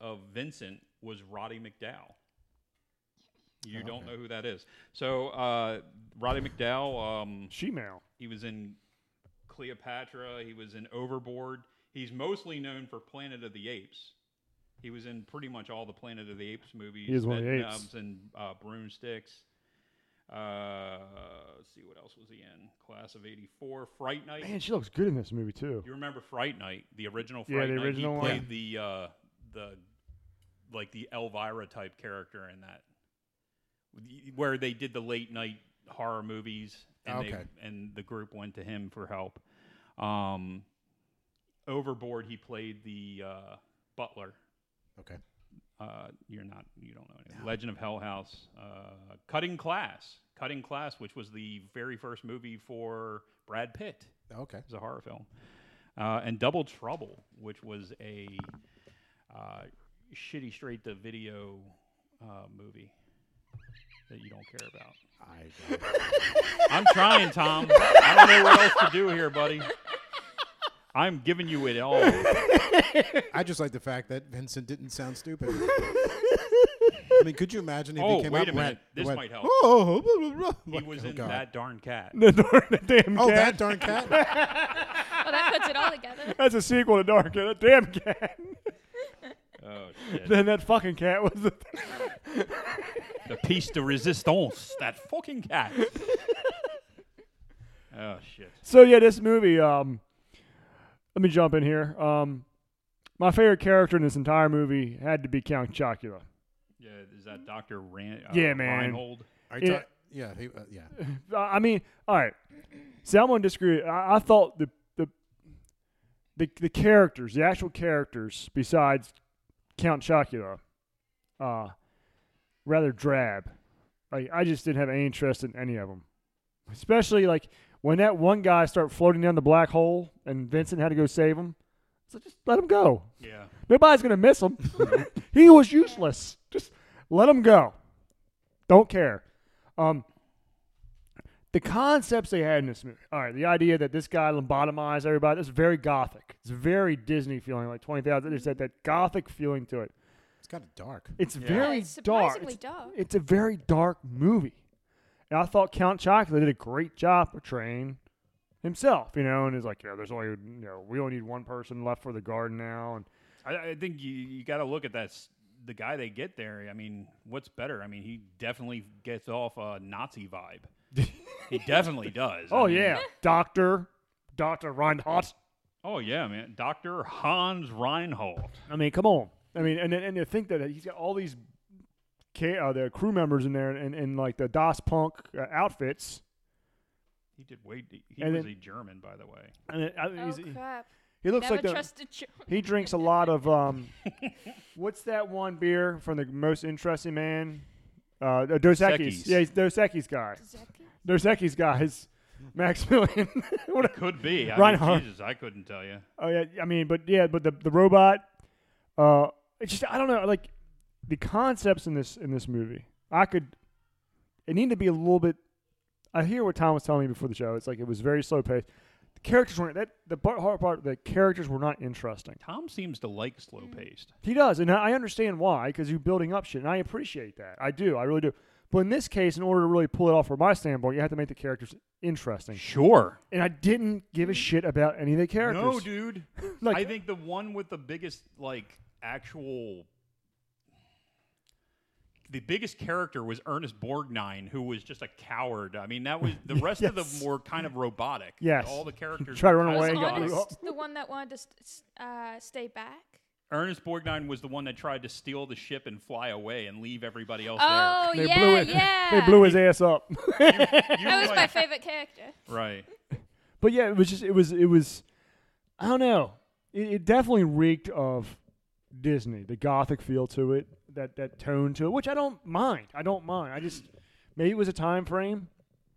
[SPEAKER 4] uh, of Vincent was Roddy McDowell.
[SPEAKER 3] Oh,
[SPEAKER 4] You don't know who that is. So uh, Roddy McDowell, um,
[SPEAKER 3] She male.
[SPEAKER 4] he was in Cleopatra. He was in Overboard. He's mostly known for Planet of the Apes. He was in pretty much all the Planet of the Apes movies.
[SPEAKER 3] He is one of
[SPEAKER 4] Bed
[SPEAKER 3] the apes.
[SPEAKER 4] Knobs and uh, Broomsticks. Uh, let's see what else was he in? Class of '84, Fright Night.
[SPEAKER 3] Man, she looks good in this movie too.
[SPEAKER 4] You remember Fright Night, the original Fright
[SPEAKER 3] Yeah, the
[SPEAKER 4] Night?
[SPEAKER 3] original
[SPEAKER 4] he
[SPEAKER 3] one.
[SPEAKER 4] played the uh, the like the Elvira type character in that, where they did the late night horror movies, and
[SPEAKER 6] Okay.
[SPEAKER 4] they, and the group went to him for help. Um, Overboard, he played the uh, butler.
[SPEAKER 6] okay,
[SPEAKER 4] Uh, you're not, you don't know anything. Legend of Hell House, uh, Cutting Class, Cutting Class, which was the very first movie for Brad Pitt.
[SPEAKER 6] okay.
[SPEAKER 4] It was a horror film. Uh, and Double Trouble, which was a uh, shitty straight to video uh, movie that you don't care about.
[SPEAKER 6] I,
[SPEAKER 4] I'm trying, Tom. I don't know what else to do here, buddy. I'm giving you it all.
[SPEAKER 6] I just like the fact that Vincent didn't sound stupid. I mean, could you imagine if
[SPEAKER 4] Oh,
[SPEAKER 6] he came
[SPEAKER 4] wait
[SPEAKER 6] out
[SPEAKER 4] a
[SPEAKER 6] and
[SPEAKER 4] minute.
[SPEAKER 6] went-
[SPEAKER 4] This
[SPEAKER 6] went,
[SPEAKER 4] might help.
[SPEAKER 6] Oh, blah, blah, blah."
[SPEAKER 4] He was
[SPEAKER 6] Oh,
[SPEAKER 4] in
[SPEAKER 6] God.
[SPEAKER 4] that darn cat.
[SPEAKER 3] The, darn, the damn
[SPEAKER 6] Oh,
[SPEAKER 3] cat.
[SPEAKER 6] that darn cat!
[SPEAKER 5] Well, Oh, that puts it all together.
[SPEAKER 3] That's a sequel to Dark. Cat. That damn cat.
[SPEAKER 4] Oh, shit.
[SPEAKER 3] then that fucking cat was. The
[SPEAKER 4] the piece de resistance. That fucking cat. Oh, shit.
[SPEAKER 3] So yeah, this movie. Um, let me jump in here. Um, my favorite character in this entire movie had to be Count Chocula.
[SPEAKER 4] Yeah, is that Dr. Ran- uh,
[SPEAKER 3] Yeah, man.
[SPEAKER 4] Reinhold?
[SPEAKER 6] Are you
[SPEAKER 3] Yeah.
[SPEAKER 6] ta- yeah, he, uh, yeah.
[SPEAKER 3] I I mean, all right. See, I'm gonna disagree. I, I thought the, the the the characters, the actual characters, besides Count Chocula, uh, rather drab. Like I just didn't have any interest in any of them, especially like when that one guy started floating down the black hole and Vincent had to go save him. So just let him go.
[SPEAKER 4] Yeah.
[SPEAKER 3] Nobody's gonna miss him. he was useless. Just let him go. Don't care. Um, the concepts they had in this movie. All right, the idea that this guy lobotomized everybody. That's very gothic. It's very Disney feeling, like twenty thousand. There's that that gothic feeling to it.
[SPEAKER 6] It's kind of dark.
[SPEAKER 3] It's
[SPEAKER 4] Yeah.
[SPEAKER 3] very
[SPEAKER 5] It's
[SPEAKER 3] dark.
[SPEAKER 5] surprisingly dark.
[SPEAKER 3] It's a very dark movie, and I thought Count Chocula did a great job portraying himself. You know, and it's like, yeah, there's only you know, we only need one person left for the garden now, and
[SPEAKER 4] I, I think you, you got to look at that. s- The guy they get there. I mean, what's better? I mean, he definitely gets off a Nazi vibe. he definitely does. I
[SPEAKER 3] Oh
[SPEAKER 4] mean-
[SPEAKER 3] yeah, Doctor, Doctor Reinhardt.
[SPEAKER 4] Oh yeah, man. Doctor Hans Reinhold.
[SPEAKER 3] I mean, come on. I mean, and and to think that he's got all these, ca- uh, the crew members in there, and, and like the Das Punk uh, outfits,
[SPEAKER 4] He did way. d- He
[SPEAKER 3] And
[SPEAKER 4] was
[SPEAKER 3] then-
[SPEAKER 4] a German, by the way.
[SPEAKER 3] and it, I,
[SPEAKER 5] Oh
[SPEAKER 3] he's-
[SPEAKER 5] crap!
[SPEAKER 3] he looks
[SPEAKER 5] Never
[SPEAKER 3] like the,
[SPEAKER 5] trust a German.
[SPEAKER 3] he drinks a lot of um, what's that one beer from the most interesting man? Uh, Dos Equis.
[SPEAKER 4] Equis.
[SPEAKER 3] Yeah, he's Dos Equis guy. Dos Equis guy is Maximilian. What a-
[SPEAKER 4] Could be. I
[SPEAKER 3] Reinhold.
[SPEAKER 4] Mean, Jesus, I couldn't tell you.
[SPEAKER 3] Oh yeah, I mean, but yeah, but the the robot, uh, it's just I don't know, like the concepts in this in this movie. I could, it needed to be a little bit. I hear what Tom was telling me before the show. It's like it was very slow paced. The characters weren't that the part- hard part. The characters were not interesting.
[SPEAKER 4] Tom seems to like slow
[SPEAKER 3] Mm.
[SPEAKER 4] paced.
[SPEAKER 3] He does, and I I understand why, because you're building up shit, and I appreciate that. I do, I really do. But in this case, in order to really pull it off from my standpoint, you have to make the characters interesting.
[SPEAKER 4] Sure.
[SPEAKER 3] And I didn't give a shit about any of the characters.
[SPEAKER 4] Mm-hmm. No, dude.
[SPEAKER 3] Like-
[SPEAKER 4] I think the one with the biggest like actual the biggest character was Ernest Borgnine, who was just a coward. I mean, that was the rest of
[SPEAKER 3] Yes.
[SPEAKER 4] them were kind of robotic.
[SPEAKER 3] Yes.
[SPEAKER 4] all the characters
[SPEAKER 3] Try to
[SPEAKER 4] were
[SPEAKER 3] run away,
[SPEAKER 4] kind of
[SPEAKER 5] Was
[SPEAKER 3] Thank God.
[SPEAKER 4] robotic.
[SPEAKER 5] Honest the one that wanted to st- s- uh, stay back?
[SPEAKER 4] Ernest Borgnine was the one that tried to steal the ship and fly away and leave everybody else
[SPEAKER 5] Oh
[SPEAKER 3] They
[SPEAKER 5] yeah,
[SPEAKER 3] blew it.
[SPEAKER 5] yeah.
[SPEAKER 3] They blew his ass up.
[SPEAKER 4] there. You
[SPEAKER 5] That was
[SPEAKER 4] might-
[SPEAKER 5] my favorite character.
[SPEAKER 4] right.
[SPEAKER 3] But yeah, it was just it was it was I don't know. It, it definitely reeked of Disney, the gothic feel to it, that that tone to it, which I don't mind. I don't mind. I just maybe it was a time frame.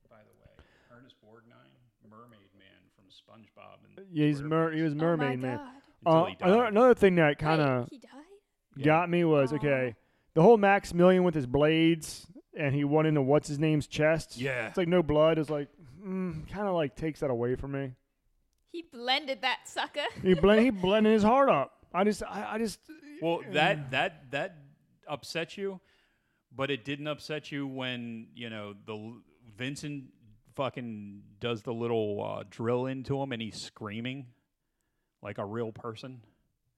[SPEAKER 4] By the way, Ernest Borgnine, Mermaid Man from SpongeBob, and
[SPEAKER 3] Yeah, he's mer- he was
[SPEAKER 5] Oh
[SPEAKER 3] mermaid
[SPEAKER 5] my
[SPEAKER 3] man.
[SPEAKER 5] god.
[SPEAKER 3] Uh,
[SPEAKER 4] Until he died.
[SPEAKER 3] another, another thing that
[SPEAKER 5] Wait,
[SPEAKER 3] kind of
[SPEAKER 5] he died.
[SPEAKER 3] got me was
[SPEAKER 5] Aw.
[SPEAKER 3] okay, the whole Maximilian with his blades, and he went into what's his name's chest.
[SPEAKER 4] Yeah.
[SPEAKER 3] it's like no blood. It's like mm, kind of like takes that away from me.
[SPEAKER 5] He blended that sucker.
[SPEAKER 3] He blend he blended his heart up. I just I, I just
[SPEAKER 4] Well, that that that upset you, but it didn't upset you when you know the l- Vincent fucking does the little uh, drill into him and he's screaming like a real person.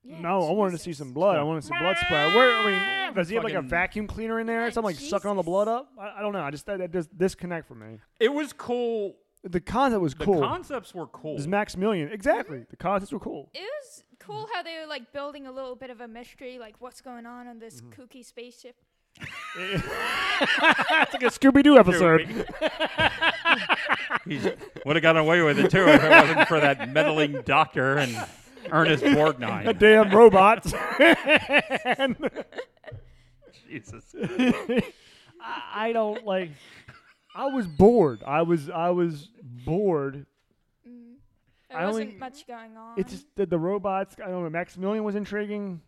[SPEAKER 5] Yeah,
[SPEAKER 3] No, I wanted to see
[SPEAKER 5] Jesus.
[SPEAKER 3] some blood. I wanted some blood splatter. Where I mean, does he have like a
[SPEAKER 4] Fucking-
[SPEAKER 3] vacuum cleaner in there or
[SPEAKER 5] Yeah,
[SPEAKER 3] something Ah! like sucking all the
[SPEAKER 5] Jesus.
[SPEAKER 3] blood up? I, I don't know. I just that, that does disconnect for me.
[SPEAKER 4] It was cool.
[SPEAKER 3] The concept was
[SPEAKER 4] The
[SPEAKER 3] cool.
[SPEAKER 4] concepts were cool.
[SPEAKER 3] It was Maximilian exactly. The concepts were cool.
[SPEAKER 5] It was cool how they were like building a little bit of a mystery, like what's going on on this
[SPEAKER 3] Mm-hmm.
[SPEAKER 5] kooky spaceship.
[SPEAKER 3] It's like a Scooby Doo episode.
[SPEAKER 4] he would have gotten away with it too if it wasn't for that meddling doctor and Ernest Borgnine.
[SPEAKER 3] Damn robots. And
[SPEAKER 4] Jesus.
[SPEAKER 3] I, I don't like. I was bored. I was I was bored.
[SPEAKER 5] There
[SPEAKER 3] I only-
[SPEAKER 5] wasn't much going on.
[SPEAKER 3] It's just that the robots. I don't know. Maximilian was intriguing.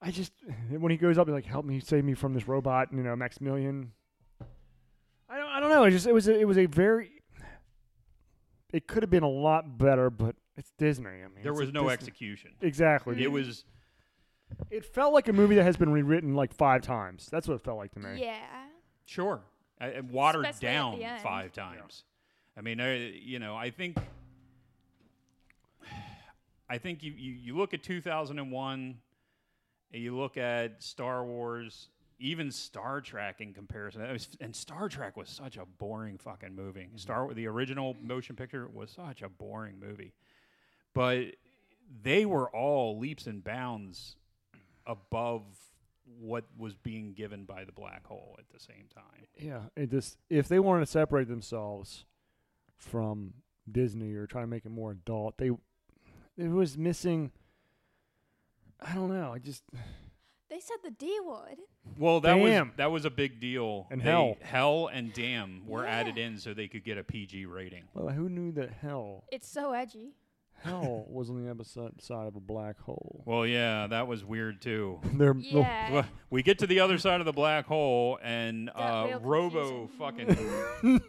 [SPEAKER 3] I just when he goes up, he's like, "Help me, save me from this robot." You know, Maximilian. I don't. I don't know. It just it was a, it was a very. It could have been a lot better, but it's Disney. I mean,
[SPEAKER 4] There
[SPEAKER 3] it's a
[SPEAKER 4] was no
[SPEAKER 3] Disney-
[SPEAKER 4] execution.
[SPEAKER 3] Exactly.
[SPEAKER 4] It was
[SPEAKER 3] It felt like a movie that has been rewritten like five times. That's what it felt like to me.
[SPEAKER 5] yeah.
[SPEAKER 4] Sure. Uh, uh, watered
[SPEAKER 5] Especially at
[SPEAKER 4] down
[SPEAKER 5] the end.
[SPEAKER 4] five times. I mean, uh, you know, I think, I think you, you, you look at 2001, and you look at Star Wars, even Star Trek in comparison. That was- and Star Trek was such a boring fucking movie. Star the original motion picture was such a boring movie, but they were all leaps and bounds above what was being given by the black hole at the same time.
[SPEAKER 3] Yeah, it just if they wanted to separate themselves from Disney or try to make it more adult, they it was missing. I don't know. I just
[SPEAKER 5] They said the D word.
[SPEAKER 4] Well, that
[SPEAKER 3] Damn.
[SPEAKER 4] was that was a big deal.
[SPEAKER 3] And
[SPEAKER 4] They-
[SPEAKER 3] hell.
[SPEAKER 4] hell and damn were added in so they could get a PG rating.
[SPEAKER 3] well, who knew that hell
[SPEAKER 5] It's so edgy.
[SPEAKER 3] hell was on the other si- side of a black hole?
[SPEAKER 4] Well, yeah, that was weird too.
[SPEAKER 3] They're well,
[SPEAKER 5] Yeah.
[SPEAKER 4] Well, we get to the other side of the black hole, and
[SPEAKER 5] Got
[SPEAKER 4] uh,
[SPEAKER 5] real
[SPEAKER 4] Robo fucking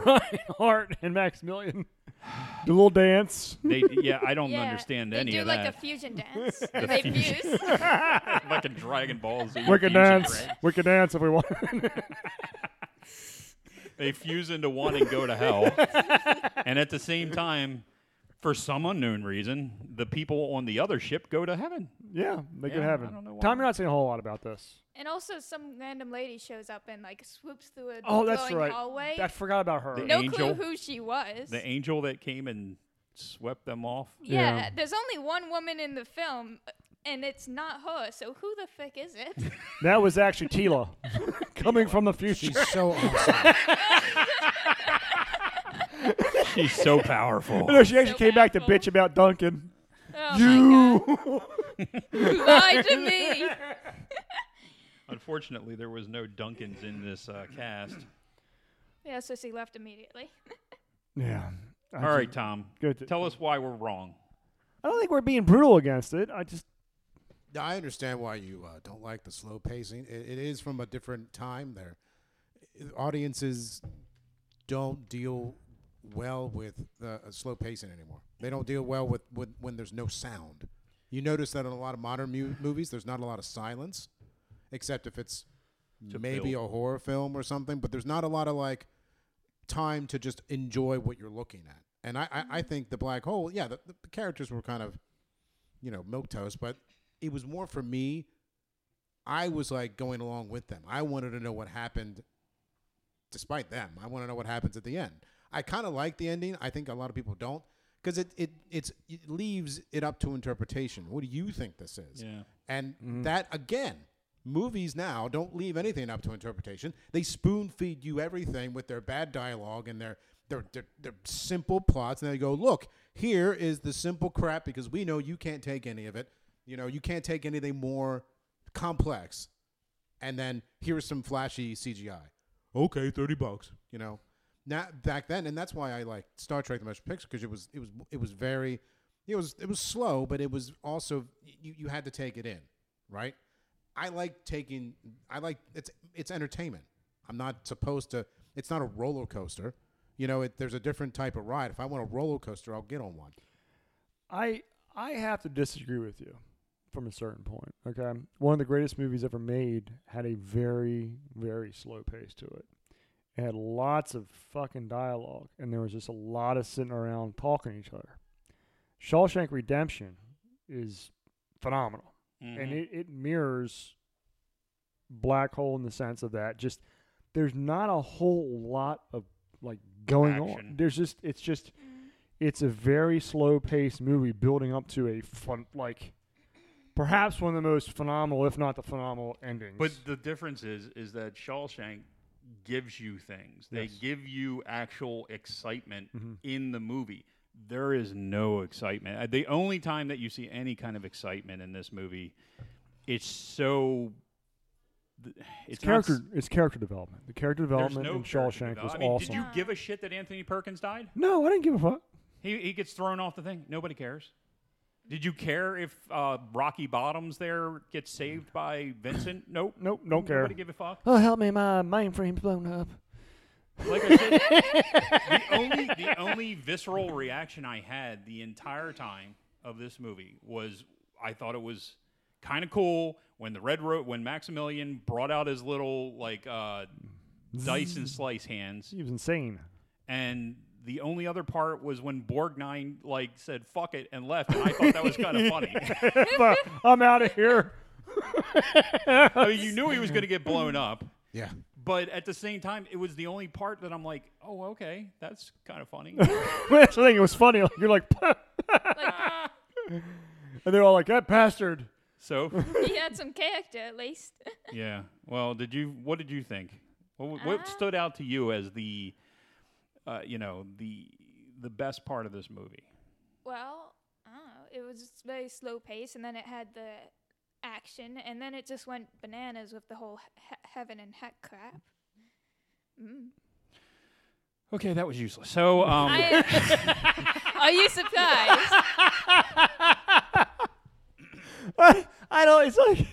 [SPEAKER 3] Hart and Maximilian, the little dance.
[SPEAKER 4] They, yeah, I don't
[SPEAKER 5] yeah.
[SPEAKER 4] understand
[SPEAKER 5] they
[SPEAKER 4] any
[SPEAKER 5] do
[SPEAKER 4] of
[SPEAKER 5] like
[SPEAKER 4] that.
[SPEAKER 5] a fusion dance. and they fuse.
[SPEAKER 4] like a Dragon Ball Z.
[SPEAKER 3] We could
[SPEAKER 4] fusion,
[SPEAKER 3] dance.
[SPEAKER 4] right?
[SPEAKER 3] We could dance if we want.
[SPEAKER 4] They fuse into one and go to hell. and at the same time, for some unknown reason, the people on the other ship go to heaven.
[SPEAKER 3] yeah, they could
[SPEAKER 4] Yeah,
[SPEAKER 3] have
[SPEAKER 4] I
[SPEAKER 3] it.
[SPEAKER 4] don't know why.
[SPEAKER 3] Tom, you're not saying a whole lot about this.
[SPEAKER 5] and also, some random lady shows up and like swoops through a
[SPEAKER 3] Oh, that's
[SPEAKER 5] glowing
[SPEAKER 3] right.
[SPEAKER 5] hallway.
[SPEAKER 3] I forgot about her.
[SPEAKER 4] The
[SPEAKER 5] no
[SPEAKER 4] angel.
[SPEAKER 5] clue who she was.
[SPEAKER 4] The angel that came and swept them off.
[SPEAKER 5] yeah,
[SPEAKER 3] Yeah.
[SPEAKER 5] there's only one woman in the film, uh, and it's not her. So who the fuck is it?
[SPEAKER 3] That was actually Tila coming from the future.
[SPEAKER 6] She's so awesome.
[SPEAKER 4] She's so powerful.
[SPEAKER 3] No, she actually
[SPEAKER 5] So
[SPEAKER 3] came back to
[SPEAKER 5] powerful.
[SPEAKER 3] bitch about Duncan.
[SPEAKER 5] Oh my
[SPEAKER 3] you.
[SPEAKER 5] god! Lie to me.
[SPEAKER 4] Unfortunately, there was no Duncans in this uh, cast.
[SPEAKER 5] Yeah, so she left immediately.
[SPEAKER 3] yeah. I
[SPEAKER 4] All right, Tom.
[SPEAKER 3] Good to-
[SPEAKER 4] Tell us why we're wrong.
[SPEAKER 3] I don't think we're being brutal against it. I just
[SPEAKER 6] Now, I understand why you uh, don't like the slow pacing. It, it is from a different time there. I- Audiences don't deal well with the uh, slow pacing anymore. They don't deal well with, with when there's no sound. You notice that in a lot of modern mu- movies, there's not a lot of silence, except if it's maybe a horror film or something. But there's not a lot of like time to just enjoy what you're looking at. And I, I, I think the black hole, yeah, the, the characters were kind of, you know, milk toast, but it was more for me I was like going along with them. I wanted to know what happened despite them. I want to know what happens at the end. I kind of like the ending. I think a lot of people don't because it it it's it leaves it up to interpretation. What do you think this is?
[SPEAKER 4] Yeah.
[SPEAKER 6] And that again, movies now don't leave anything up to interpretation. They spoon feed you everything with their bad dialogue and their their, their their simple plots, and they go, "Look, here is the simple crap because we know you can't take any of it. You know, you can't take anything more complex." and then here's some flashy CGI. Okay, thirty bucks. You know, not back then, and that's why I like Star Trek: The Motion Picture because it was it was it was very, it was it was slow, but it was also you you had to take it in, right? I like taking I like it's it's entertainment. I'm not supposed to. It's not a roller coaster. You know, it, there's a different type of ride. If I want a roller coaster, I'll get on one.
[SPEAKER 3] I I have to disagree with you from a certain point. Okay, one of the greatest movies ever made had a very very slow pace to it. It had lots of fucking dialogue, and there was just a lot of sitting around talking to each other. Shawshank Redemption is phenomenal,
[SPEAKER 4] Mm-hmm.
[SPEAKER 3] and it, it mirrors Black Hole in the sense of that just there's not a whole lot of like going on.
[SPEAKER 4] Action.
[SPEAKER 3] There's just it's just it's a very slow paced movie building up to a fun like perhaps one of the most phenomenal if not the phenomenal endings
[SPEAKER 4] But the difference is is that Shawshank gives you things. They
[SPEAKER 3] Yes. Mm-hmm.
[SPEAKER 4] give you actual excitement in the movie. There is no excitement. Uh, The only time that you see any kind of excitement in this movie, it's so. th- It's, not s-
[SPEAKER 3] character it's character development the character
[SPEAKER 4] there's
[SPEAKER 3] development
[SPEAKER 4] no
[SPEAKER 3] in
[SPEAKER 4] character
[SPEAKER 3] shawshank
[SPEAKER 4] develop-
[SPEAKER 3] was
[SPEAKER 4] I mean,
[SPEAKER 3] awesome
[SPEAKER 4] Did you give a shit that Anthony Perkins died?
[SPEAKER 3] no i didn't give a fuck
[SPEAKER 4] He he gets thrown off the thing. Nobody cares. Did you care if uh, Rocky Bottoms there gets saved by Vincent? Nope.
[SPEAKER 3] Nope, don't care.
[SPEAKER 4] Nobody give a fuck.
[SPEAKER 3] oh help me my mainframe's blown up
[SPEAKER 4] Like I said, the only the only visceral reaction I had the entire time of this movie was I thought it was kind of cool when the red road when Maximilian brought out his little like uh, dice and slice hands,
[SPEAKER 3] he was insane
[SPEAKER 4] and the only other part was when Borgnine like said "fuck it" and left, and I thought that was kind of funny.
[SPEAKER 3] Fuck, i'm out of here
[SPEAKER 4] I mean, you knew he was going to get blown up.
[SPEAKER 6] Yeah,
[SPEAKER 4] But at the same time, it was the only part that I'm like, oh, okay, that's kind of funny.
[SPEAKER 3] that's the thing it was funny like, you're like and they're all like that bastard
[SPEAKER 4] so
[SPEAKER 5] he had some character at least.
[SPEAKER 4] Yeah. Well, did you? What did you think? What, w- what stood out to you as the, uh, you know, the the best part of this movie?
[SPEAKER 5] well, I don't know. It was just very slow pace, and then it had the action, and then it just went bananas with the whole he- heaven and heck crap.
[SPEAKER 4] Okay, that was useless. So, um,
[SPEAKER 5] I, are you surprised?
[SPEAKER 3] I, I don't. It's like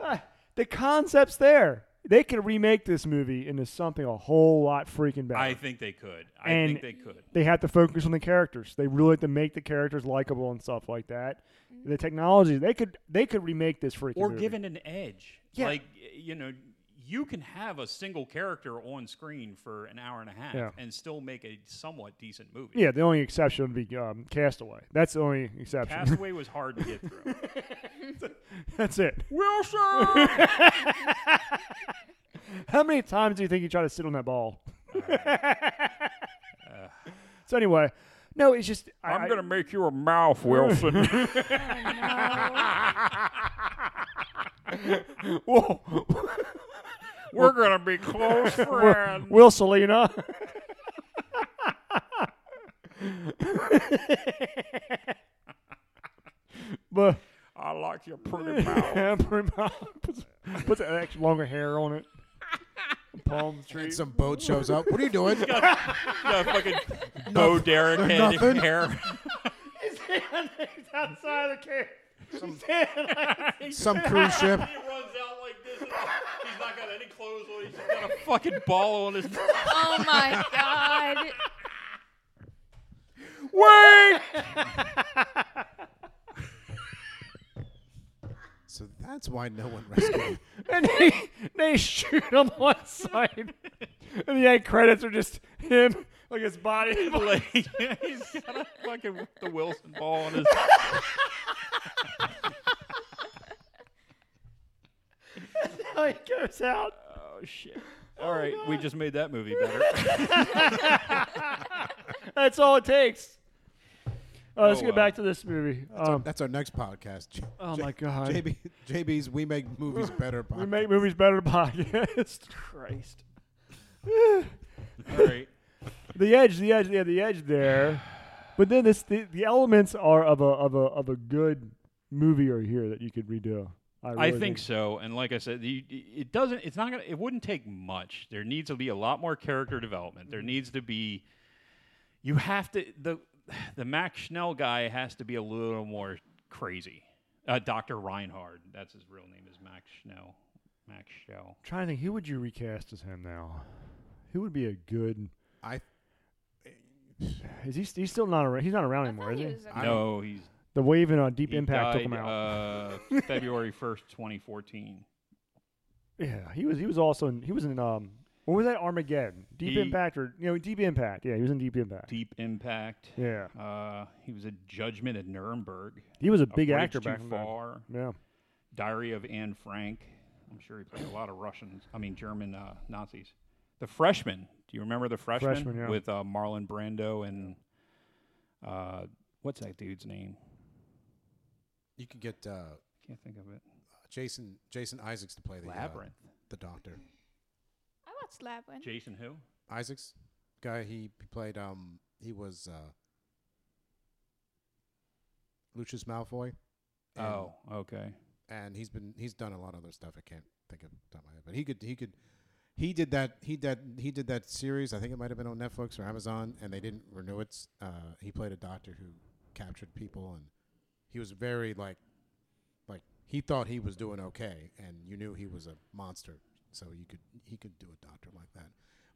[SPEAKER 3] uh, the concept's there. They could remake this movie into something a whole lot freaking better.
[SPEAKER 4] I think they could. I
[SPEAKER 3] And-
[SPEAKER 4] think they could.
[SPEAKER 3] they have to focus on the characters. They really have to make the characters likable and stuff like that. The technology they could they could remake this freaking
[SPEAKER 4] Mm-hmm. Or
[SPEAKER 3] movie.
[SPEAKER 4] give it an edge.
[SPEAKER 3] Yeah.
[SPEAKER 4] Like y- you know, you can have a single character on screen for an hour and a half
[SPEAKER 3] Yeah.
[SPEAKER 4] and still make a somewhat decent movie.
[SPEAKER 3] yeah. The only exception would be um, Castaway. That's the only exception.
[SPEAKER 4] Castaway was hard to get through.
[SPEAKER 3] That's it. Wilson. How many times do you think you try to sit on that ball? so anyway, no, it's just I- I,
[SPEAKER 4] make you a mouth, Wilson.
[SPEAKER 3] Whoa.
[SPEAKER 4] We're gonna be close friends.
[SPEAKER 3] Will Selena. but
[SPEAKER 4] I like your pretty mouth.
[SPEAKER 3] Amber puts, puts an extra longer hair on it. Palm tree.
[SPEAKER 6] and some boat shows up. What are you doing?
[SPEAKER 4] the fucking Bo Derek head
[SPEAKER 6] nothing.
[SPEAKER 4] hair.
[SPEAKER 3] It's outside of the cave.
[SPEAKER 6] some cruise ship.
[SPEAKER 4] He runs out like this. And he's not got any clothes on. He's just got a fucking ball on his.
[SPEAKER 5] oh my god!
[SPEAKER 4] Wait.
[SPEAKER 6] So that's why no one rescued.
[SPEAKER 3] And they, they shoot on one side. And the end credits are just him, like his body.
[SPEAKER 4] he's got a fucking the Wilson ball on his.
[SPEAKER 7] how he goes out.
[SPEAKER 4] Oh shit! All right, we just made that movie better.
[SPEAKER 7] That's all it takes. Uh, let's
[SPEAKER 4] Oh,
[SPEAKER 7] get
[SPEAKER 4] wow.
[SPEAKER 7] back to this movie. Um,
[SPEAKER 6] That's our next podcast. J-
[SPEAKER 7] oh
[SPEAKER 6] J-
[SPEAKER 7] my god.
[SPEAKER 6] JB, JB's We Make Movies Better podcast.
[SPEAKER 3] We make movies better podcast.
[SPEAKER 7] Christ.
[SPEAKER 4] All right.
[SPEAKER 3] the edge, the edge, yeah, the edge there. But then this, the, the elements are of a of a of a good movie are here that you could redo. I,
[SPEAKER 4] I
[SPEAKER 3] really
[SPEAKER 4] think so, and like I said, the, it doesn't. It's not gonna. It wouldn't take much. There needs to be a lot more character development. There needs to be. You have to the the Max Schnell guy has to be a little more crazy. Uh, Doctor Reinhard. That's his real name is Max Schnell. Max Schell.
[SPEAKER 3] trying to think, who would you recast as him now? Who would be a good?
[SPEAKER 6] I
[SPEAKER 3] Is he? He's still not around. He's not around
[SPEAKER 5] I
[SPEAKER 3] anymore,
[SPEAKER 5] thought
[SPEAKER 3] is
[SPEAKER 5] he
[SPEAKER 3] he?
[SPEAKER 5] was
[SPEAKER 6] I
[SPEAKER 5] a-
[SPEAKER 6] don't-
[SPEAKER 4] No, he's
[SPEAKER 3] The wave and uh, Deep
[SPEAKER 4] he
[SPEAKER 3] Impact took him
[SPEAKER 4] died,
[SPEAKER 3] out.
[SPEAKER 4] Uh, February first, twenty fourteen.
[SPEAKER 3] yeah, he was. He was also. In, he was in. Um, what was that? Armageddon. Deep
[SPEAKER 4] He-
[SPEAKER 3] Impact or you know Deep Impact? Yeah, he was in Deep Impact.
[SPEAKER 4] Deep Impact.
[SPEAKER 3] Yeah,
[SPEAKER 4] Uh, he was a judgment at Nuremberg.
[SPEAKER 3] he was a
[SPEAKER 4] A
[SPEAKER 3] big
[SPEAKER 4] Bridge
[SPEAKER 3] actor
[SPEAKER 4] Too
[SPEAKER 3] back then.
[SPEAKER 4] far.
[SPEAKER 3] Yeah.
[SPEAKER 4] Diary of Anne Frank. I'm sure he played a lot of Russians. I mean, German uh, Nazis. The Freshman. Do you remember the Freshman,
[SPEAKER 3] Freshman, yeah.
[SPEAKER 4] with uh, Marlon Brando and uh, what's that dude's name?
[SPEAKER 6] you could get uh,
[SPEAKER 4] Can't think of it.
[SPEAKER 6] Jason Jason Isaacs to play the uh,
[SPEAKER 4] Labyrinth.
[SPEAKER 6] the doctor.
[SPEAKER 5] I watched Labyrinth.
[SPEAKER 4] Jason who?
[SPEAKER 6] Isaacs guy he he played um he was uh Lucius Malfoy. and-
[SPEAKER 4] Oh, okay.
[SPEAKER 6] and he's been he's done a lot of other stuff. I can't think of off the top of my head, but he could he could he did that he did he did that series. I think it might have been on Netflix or Amazon, and they didn't renew it. Uh, he played a doctor who captured people, and he was very like like he thought he was doing okay, and you knew he was a monster. So you could he could do a doctor like that.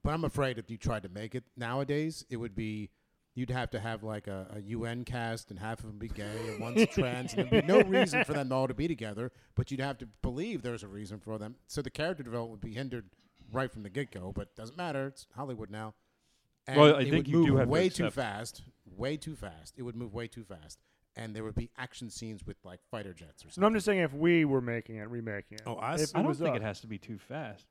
[SPEAKER 6] But I'm afraid if you tried to make it nowadays, it would be. You'd have to have like a, a UN cast, and half of them be gay, and one's trans, and there'd be no reason for them all to be together. But you'd have to believe there's a reason for them. So the character development would be hindered right from the get go. But doesn't matter. It's Hollywood now. And
[SPEAKER 4] Well, I
[SPEAKER 6] it
[SPEAKER 4] think
[SPEAKER 6] would
[SPEAKER 4] you
[SPEAKER 6] move
[SPEAKER 4] do have to
[SPEAKER 6] way too
[SPEAKER 4] accept-
[SPEAKER 6] fast, way too fast. It would move way too fast, and there would be action scenes with like fighter jets or something.
[SPEAKER 3] No, I'm just saying if we were making it, remaking it.
[SPEAKER 6] Oh, us?
[SPEAKER 3] If it
[SPEAKER 4] I don't
[SPEAKER 3] was
[SPEAKER 4] think
[SPEAKER 3] us.
[SPEAKER 4] it has to be too fast.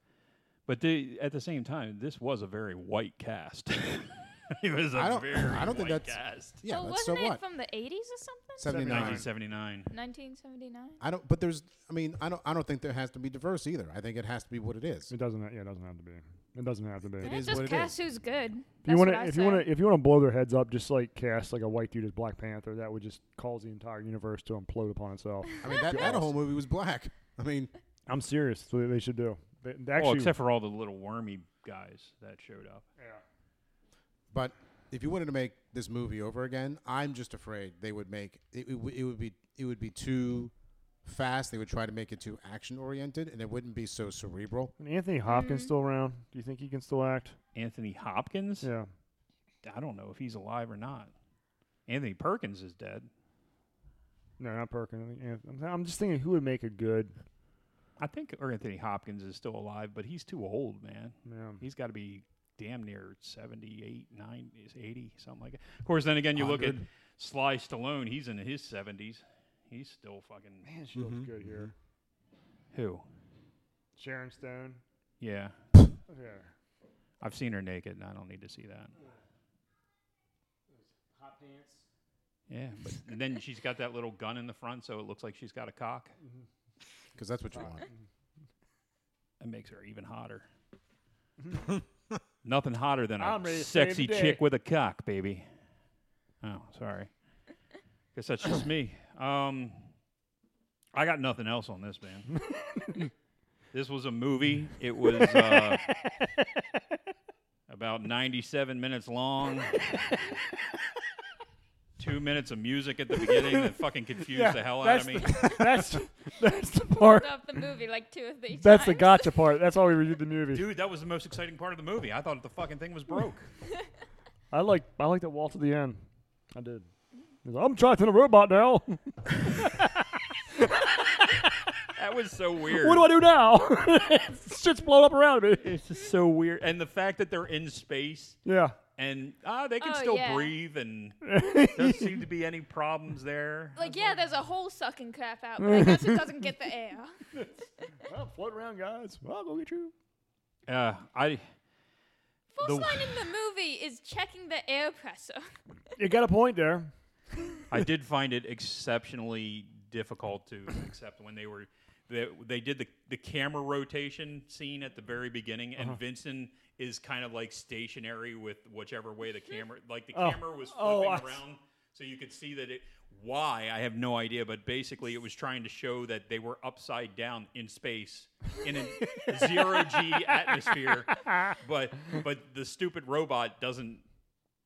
[SPEAKER 4] But the, at the same time, this was a very white cast. it was a
[SPEAKER 6] I don't-
[SPEAKER 4] very
[SPEAKER 6] I don't
[SPEAKER 4] white
[SPEAKER 6] think that's- uh,
[SPEAKER 4] cast.
[SPEAKER 6] Yeah,
[SPEAKER 5] well,
[SPEAKER 6] that's
[SPEAKER 5] wasn't
[SPEAKER 6] so
[SPEAKER 5] it
[SPEAKER 6] what?
[SPEAKER 5] from the 80s or something?
[SPEAKER 6] 79.
[SPEAKER 4] 1979.
[SPEAKER 5] 1979.
[SPEAKER 6] I don't but there's I mean, I don't I don't think there has to be diverse either. I think it has to be what it is.
[SPEAKER 3] It doesn't. Yeah, it doesn't have to be. It doesn't have to be.
[SPEAKER 5] Eh,
[SPEAKER 6] is
[SPEAKER 5] just
[SPEAKER 6] what it
[SPEAKER 5] cast who's good.
[SPEAKER 3] If you
[SPEAKER 5] want
[SPEAKER 3] want to, if you want to, if you want to blow their heads up, just like cast like a white dude as Black Panther, that would just cause the entire universe to implode upon itself.
[SPEAKER 6] I mean that, that whole movie was black. I mean
[SPEAKER 3] I'm serious. That's what they should do. They, they actually,
[SPEAKER 4] Well, except for all the little wormy guys that showed up.
[SPEAKER 6] but if you wanted to make this movie over again, I'm just afraid they would make it, it, w- it would be it would be too fast. They would try to make it too action oriented and it wouldn't be so cerebral.
[SPEAKER 3] And Anthony Hopkins still around? Do you think he can still act?
[SPEAKER 4] Anthony Hopkins?
[SPEAKER 3] Yeah.
[SPEAKER 4] I don't know if he's alive or not. Anthony Perkins is dead.
[SPEAKER 3] No, not Perkins. I think Anth- I'm- I'm just thinking who would make a good.
[SPEAKER 4] I think Anthony Hopkins is still alive, but he's too old, man.
[SPEAKER 3] Yeah.
[SPEAKER 4] He's got to be damn near 78, 90, 80, something like that. Of course, then again, you look at
[SPEAKER 6] 100.
[SPEAKER 4] Sly Stallone. He's in his 70s. He's still fucking.
[SPEAKER 3] Man, she
[SPEAKER 4] Mm-hmm.
[SPEAKER 3] looks good here.
[SPEAKER 4] Who?
[SPEAKER 3] Mm-hmm. Sharon Stone.
[SPEAKER 4] Yeah.
[SPEAKER 3] Yeah.
[SPEAKER 4] I've seen her naked, and I don't need to see that.
[SPEAKER 7] Hot pants.
[SPEAKER 4] Yeah. But and then she's got that little gun in the front, so it looks like she's got a cock.
[SPEAKER 6] Because that's what you want.
[SPEAKER 4] It makes her even hotter. Nothing hotter than
[SPEAKER 3] I'm
[SPEAKER 4] a
[SPEAKER 3] ready to save
[SPEAKER 4] sexy
[SPEAKER 3] the day.
[SPEAKER 4] chick with a cock, baby. Oh, sorry. Guess that's just me. Um, I got nothing else on this, man. this was a movie. It was uh, about 97 minutes long. Two minutes of music at the beginning that fucking confused the hell out
[SPEAKER 3] that's
[SPEAKER 4] of me.
[SPEAKER 3] The, that's that's the part.
[SPEAKER 5] Stop the movie like two of these.
[SPEAKER 3] That's the
[SPEAKER 5] times.
[SPEAKER 3] gotcha part. That's why we reviewed the movie.
[SPEAKER 4] Dude, that was the most exciting part of the movie. I thought the fucking thing was broke.
[SPEAKER 3] I like I like that wall to the end. I did. He's like, I'm trapped in a robot now.
[SPEAKER 4] That was so weird.
[SPEAKER 3] what do I do now? Shit's blown up around me.
[SPEAKER 4] It's just so weird. And the fact that they're in space
[SPEAKER 3] Yeah.
[SPEAKER 4] and ah, they can
[SPEAKER 5] Oh,
[SPEAKER 4] still
[SPEAKER 5] yeah.
[SPEAKER 4] breathe, and doesn't seem to be any problems there.
[SPEAKER 5] Like, yeah, there's a hole sucking crap out, but I guess it doesn't get the air.
[SPEAKER 3] Well, float around, guys. I'll go get you.
[SPEAKER 4] Uh, I
[SPEAKER 5] First
[SPEAKER 4] The-
[SPEAKER 5] line in the movie is checking the air pressure.
[SPEAKER 3] You got a point there.
[SPEAKER 4] I did find it exceptionally difficult to accept when they were they, they did the, the camera rotation scene at the very beginning and
[SPEAKER 3] Uh-huh.
[SPEAKER 4] Vincent is kind of like stationary with whichever way the camera like the
[SPEAKER 3] Oh.
[SPEAKER 4] camera was
[SPEAKER 3] Oh,
[SPEAKER 4] flipping
[SPEAKER 3] I s-
[SPEAKER 4] around so you could see that it why I have no idea but basically it was trying to show that they were upside down in space in a zero g atmosphere but but the stupid robot doesn't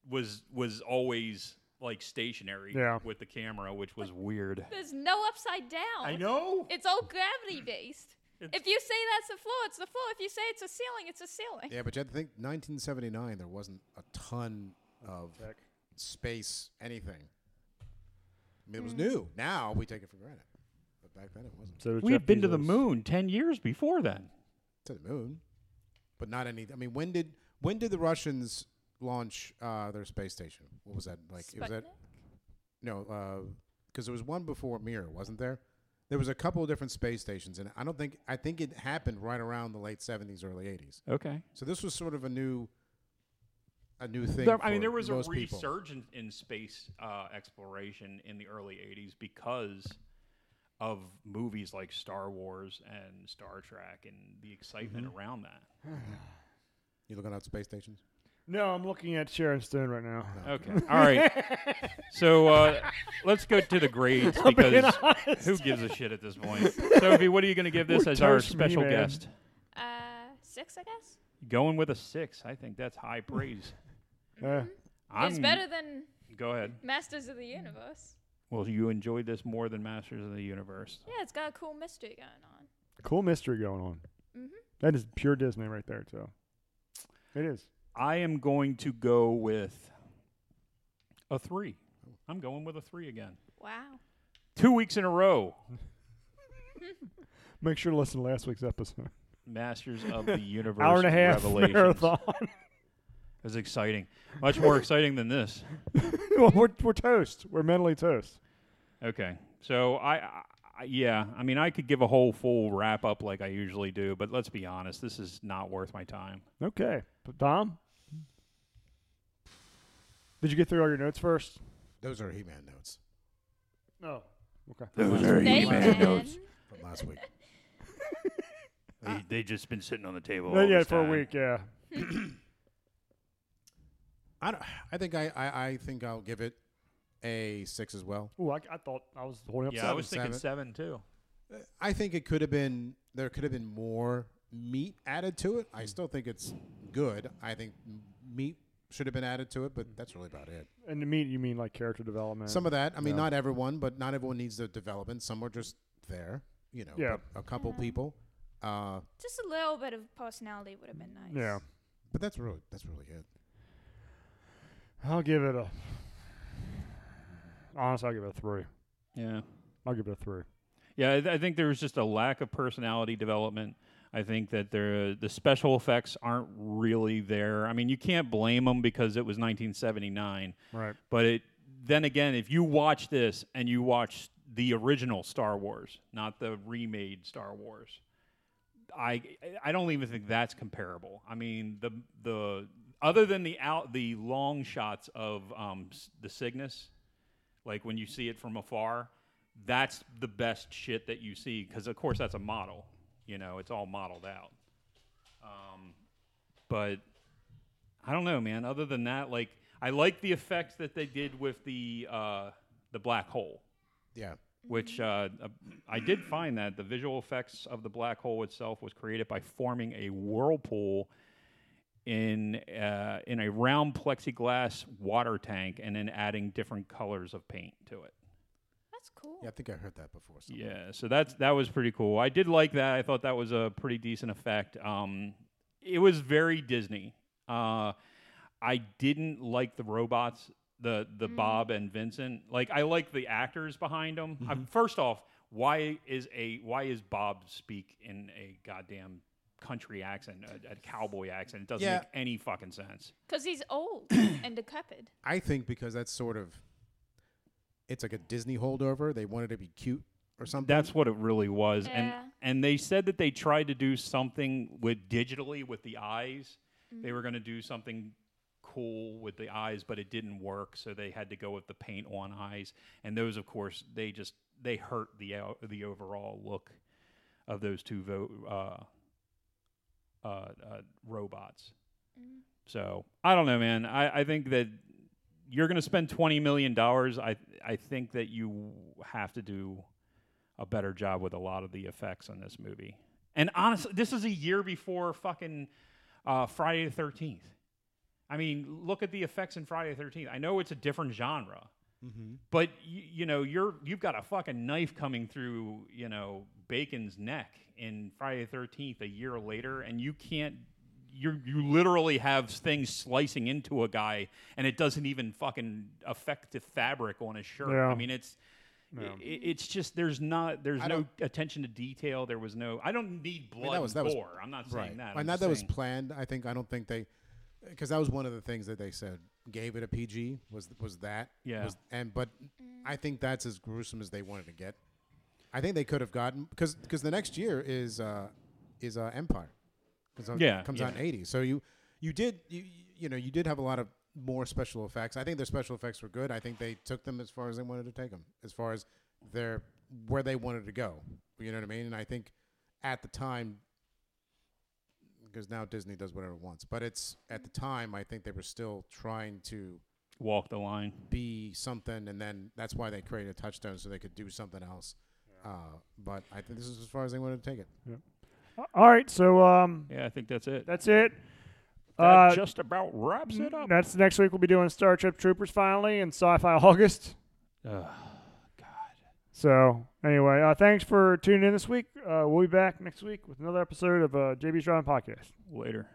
[SPEAKER 4] was was always like stationary
[SPEAKER 3] Yeah.
[SPEAKER 4] with the camera, which was weird.
[SPEAKER 5] There's no upside down.
[SPEAKER 4] know.
[SPEAKER 5] It's all gravity based. If you say that's the floor, it's the floor. If you say it's a ceiling, it's a ceiling.
[SPEAKER 6] Yeah, but you have to think 1979, there wasn't a ton of space anything. I mean, it was new. Now we take it for granted. But back then it wasn't.
[SPEAKER 3] So
[SPEAKER 4] We had been to the moon ten years before then.
[SPEAKER 6] To the moon. But not any. I mean, when did when did the Russians launch uh, their space station? What was that like? It was that
[SPEAKER 5] Sputnik?
[SPEAKER 6] no, because there was one before Mir, wasn't there? There was a couple of different space stations, and I don't think I think it happened right around the late 70s, early 80s.
[SPEAKER 4] Okay.
[SPEAKER 6] So this was sort of a new, a new thing.
[SPEAKER 4] I mean,
[SPEAKER 6] for
[SPEAKER 4] there was a
[SPEAKER 6] most people.
[SPEAKER 4] resurgence in space uh, exploration in the early '80s because of movies like Star Wars and Star Trek and the excitement
[SPEAKER 6] Mm-hmm.
[SPEAKER 4] around that.
[SPEAKER 6] You looking at space stations?
[SPEAKER 3] No, I'm looking at Sharon Stone right now.
[SPEAKER 4] Okay. All right. so uh, let's go to the grades because who gives a shit at this point? Sophie, what are you going to give this
[SPEAKER 3] We're
[SPEAKER 4] as our
[SPEAKER 3] toast, me,
[SPEAKER 4] special
[SPEAKER 3] man.
[SPEAKER 4] guest?
[SPEAKER 5] Uh, six, I guess.
[SPEAKER 4] Going with a six, I think that's high praise.
[SPEAKER 3] Uh,
[SPEAKER 4] I'm,
[SPEAKER 5] it's better than
[SPEAKER 4] Go ahead.
[SPEAKER 5] Masters of the Universe.
[SPEAKER 4] Well, you enjoyed this more than Masters of the Universe.
[SPEAKER 5] Yeah, it's got a cool mystery going on.
[SPEAKER 3] cool mystery going on. That is pure Disney right there, so. It is.
[SPEAKER 4] I am going to go with a three. I'm going with a three again.
[SPEAKER 5] Wow.
[SPEAKER 4] Two weeks in a row,
[SPEAKER 3] Make sure to listen to last week's episode.
[SPEAKER 4] Masters of the Universe.
[SPEAKER 3] Hour and a half
[SPEAKER 4] Revelations.
[SPEAKER 3] marathon.
[SPEAKER 4] It was exciting. Much more exciting than this.
[SPEAKER 3] Well, we're, we're toast. We're mentally toast.
[SPEAKER 4] Okay. So I, I, I- yeah, I mean, I could give a whole full wrap up like I usually do, but let's be honest, this is not worth my time.
[SPEAKER 3] Okay. But Tom? Did you get through all your notes first?
[SPEAKER 6] Those are He-Man notes
[SPEAKER 3] No. Okay.
[SPEAKER 5] They
[SPEAKER 6] Masters
[SPEAKER 5] can.
[SPEAKER 4] notes.
[SPEAKER 6] from last week.
[SPEAKER 4] They, they just been sitting on the table.
[SPEAKER 3] Not yet for a week, yeah.
[SPEAKER 6] I, don't, I think I, I, I think I'll give it a six as well.
[SPEAKER 3] Ooh, I, I thought I was holding up
[SPEAKER 4] Yeah, I
[SPEAKER 3] seven.
[SPEAKER 4] was thinking seven too.
[SPEAKER 6] I think it could have been there could have been more meat added to it. I still think it's good. I think m- meat should have been added to it, but that's really about it.
[SPEAKER 3] And to me, you mean like character development.
[SPEAKER 6] Some of that. I mean,
[SPEAKER 3] Yeah.
[SPEAKER 6] not everyone, but not everyone needs the development. Some are just there. You know,
[SPEAKER 3] Yeah.
[SPEAKER 6] but a couple people. Uh,
[SPEAKER 5] Just a little bit of personality would have been nice.
[SPEAKER 3] Yeah.
[SPEAKER 6] but that's really that's really it.
[SPEAKER 3] I'll give it a. Honestly, I'll give it a three.
[SPEAKER 4] Yeah.
[SPEAKER 3] I'll give it a three.
[SPEAKER 4] Yeah, I, th- I think there was just a lack of personality development. I think that there, the special effects aren't really there. I mean, you can't blame them because it was 1979.
[SPEAKER 3] Right.
[SPEAKER 4] But it, then again, if you watch this and you watch the original Star Wars, not the remade Star Wars, I I don't even think that's comparable. I mean, the the other than the out the long shots of um, s- the Cygnus, like when you see it from afar, that's the best shit that you see because of course that's a model. You know, it's all modeled out. Um, but I don't know, man. Other than that, like I like the effects that they did with the uh, the black hole,
[SPEAKER 6] Yeah.
[SPEAKER 4] which uh, uh, I did find that the visual effects of the black hole itself was created by forming a whirlpool in uh, in a round plexiglass water tank and then adding different colors of paint to it.
[SPEAKER 5] That's cool.
[SPEAKER 6] Yeah, I think I heard that before. somewhere.
[SPEAKER 4] Yeah, so that's that was pretty cool. I did like that. I thought that was a pretty decent effect. Um, it was very Disney. Uh, I didn't like the robots, the the Bob and Vincent. Like I like the actors behind them. first off, why is a why is Bob speak in a goddamn country accent, a, a cowboy accent. It doesn't
[SPEAKER 6] Yeah.
[SPEAKER 4] make any fucking sense.
[SPEAKER 5] Because he's old and decrepit.
[SPEAKER 6] I think because that's sort of it's like a Disney holdover. They wanted to be cute or something.
[SPEAKER 4] That's what it really was.
[SPEAKER 5] Yeah.
[SPEAKER 4] And and they said that they tried to do something with digitally with the eyes. They were going to do something cool with the eyes, but it didn't work, so they had to go with the paint on eyes. And those of course, they just they hurt the o- the overall look of those two vo- uh, uh, uh, robots. So, I don't know, man. I I think that you're going to spend 20 million dollars. I I think that you have to do a better job with a lot of the effects in this movie. And honestly, this is a year before fucking uh, Friday the Thirteenth. I mean, look at the effects in Friday the Thirteenth. I know it's a different genre, but you, you know, you're you've got a fucking knife coming through, you know, Bacon's neck in Friday the Thirteenth a year later, and you can't. You you literally have things slicing into a guy, and it doesn't even fucking affect the fabric on his shirt.
[SPEAKER 3] Yeah.
[SPEAKER 4] I mean, it's i i- it's just there's not there's
[SPEAKER 6] I
[SPEAKER 4] no
[SPEAKER 6] don't-
[SPEAKER 4] attention to detail. There was no. I don't need blood
[SPEAKER 6] mean, that was- that
[SPEAKER 4] and
[SPEAKER 6] was-
[SPEAKER 4] gore. I'm not saying that.
[SPEAKER 6] I
[SPEAKER 4] I'm
[SPEAKER 6] know
[SPEAKER 4] just
[SPEAKER 6] that was
[SPEAKER 4] saying-
[SPEAKER 6] planned. I think I don't think they because that was one of the things that they said gave it a PG was was that
[SPEAKER 4] Yeah.
[SPEAKER 6] was, and but I think that's as gruesome as they wanted to get. I think they could have gotten because because the next year is uh is uh Empire. Comes out,
[SPEAKER 4] Yeah,
[SPEAKER 6] comes out in
[SPEAKER 4] yeah.
[SPEAKER 6] eighty. So you you did you you know you did have a lot of more special effects. I think their special effects were good. I think they took them as far as they wanted to take them, as far as their where they wanted to go. You know what I mean? And I think at the time because now Disney does whatever it wants. But it's at the time I think they were still trying to
[SPEAKER 4] walk the line.
[SPEAKER 6] be something, and then that's why they created Touchstone so they could do something else. Uh, but I think this is as far as they wanted to take it.
[SPEAKER 3] All right, so um,
[SPEAKER 4] Yeah, I think that's it.
[SPEAKER 3] that's it.
[SPEAKER 4] That
[SPEAKER 3] uh,
[SPEAKER 4] just about wraps it up.
[SPEAKER 3] That's next week. We'll be doing Star Trek Troopers finally and Sci-Fi August.
[SPEAKER 4] Ugh.
[SPEAKER 3] So anyway, uh, thanks for tuning in this week. Uh, we'll be back next week with another episode of uh, JB's Driving Podcast.
[SPEAKER 4] later.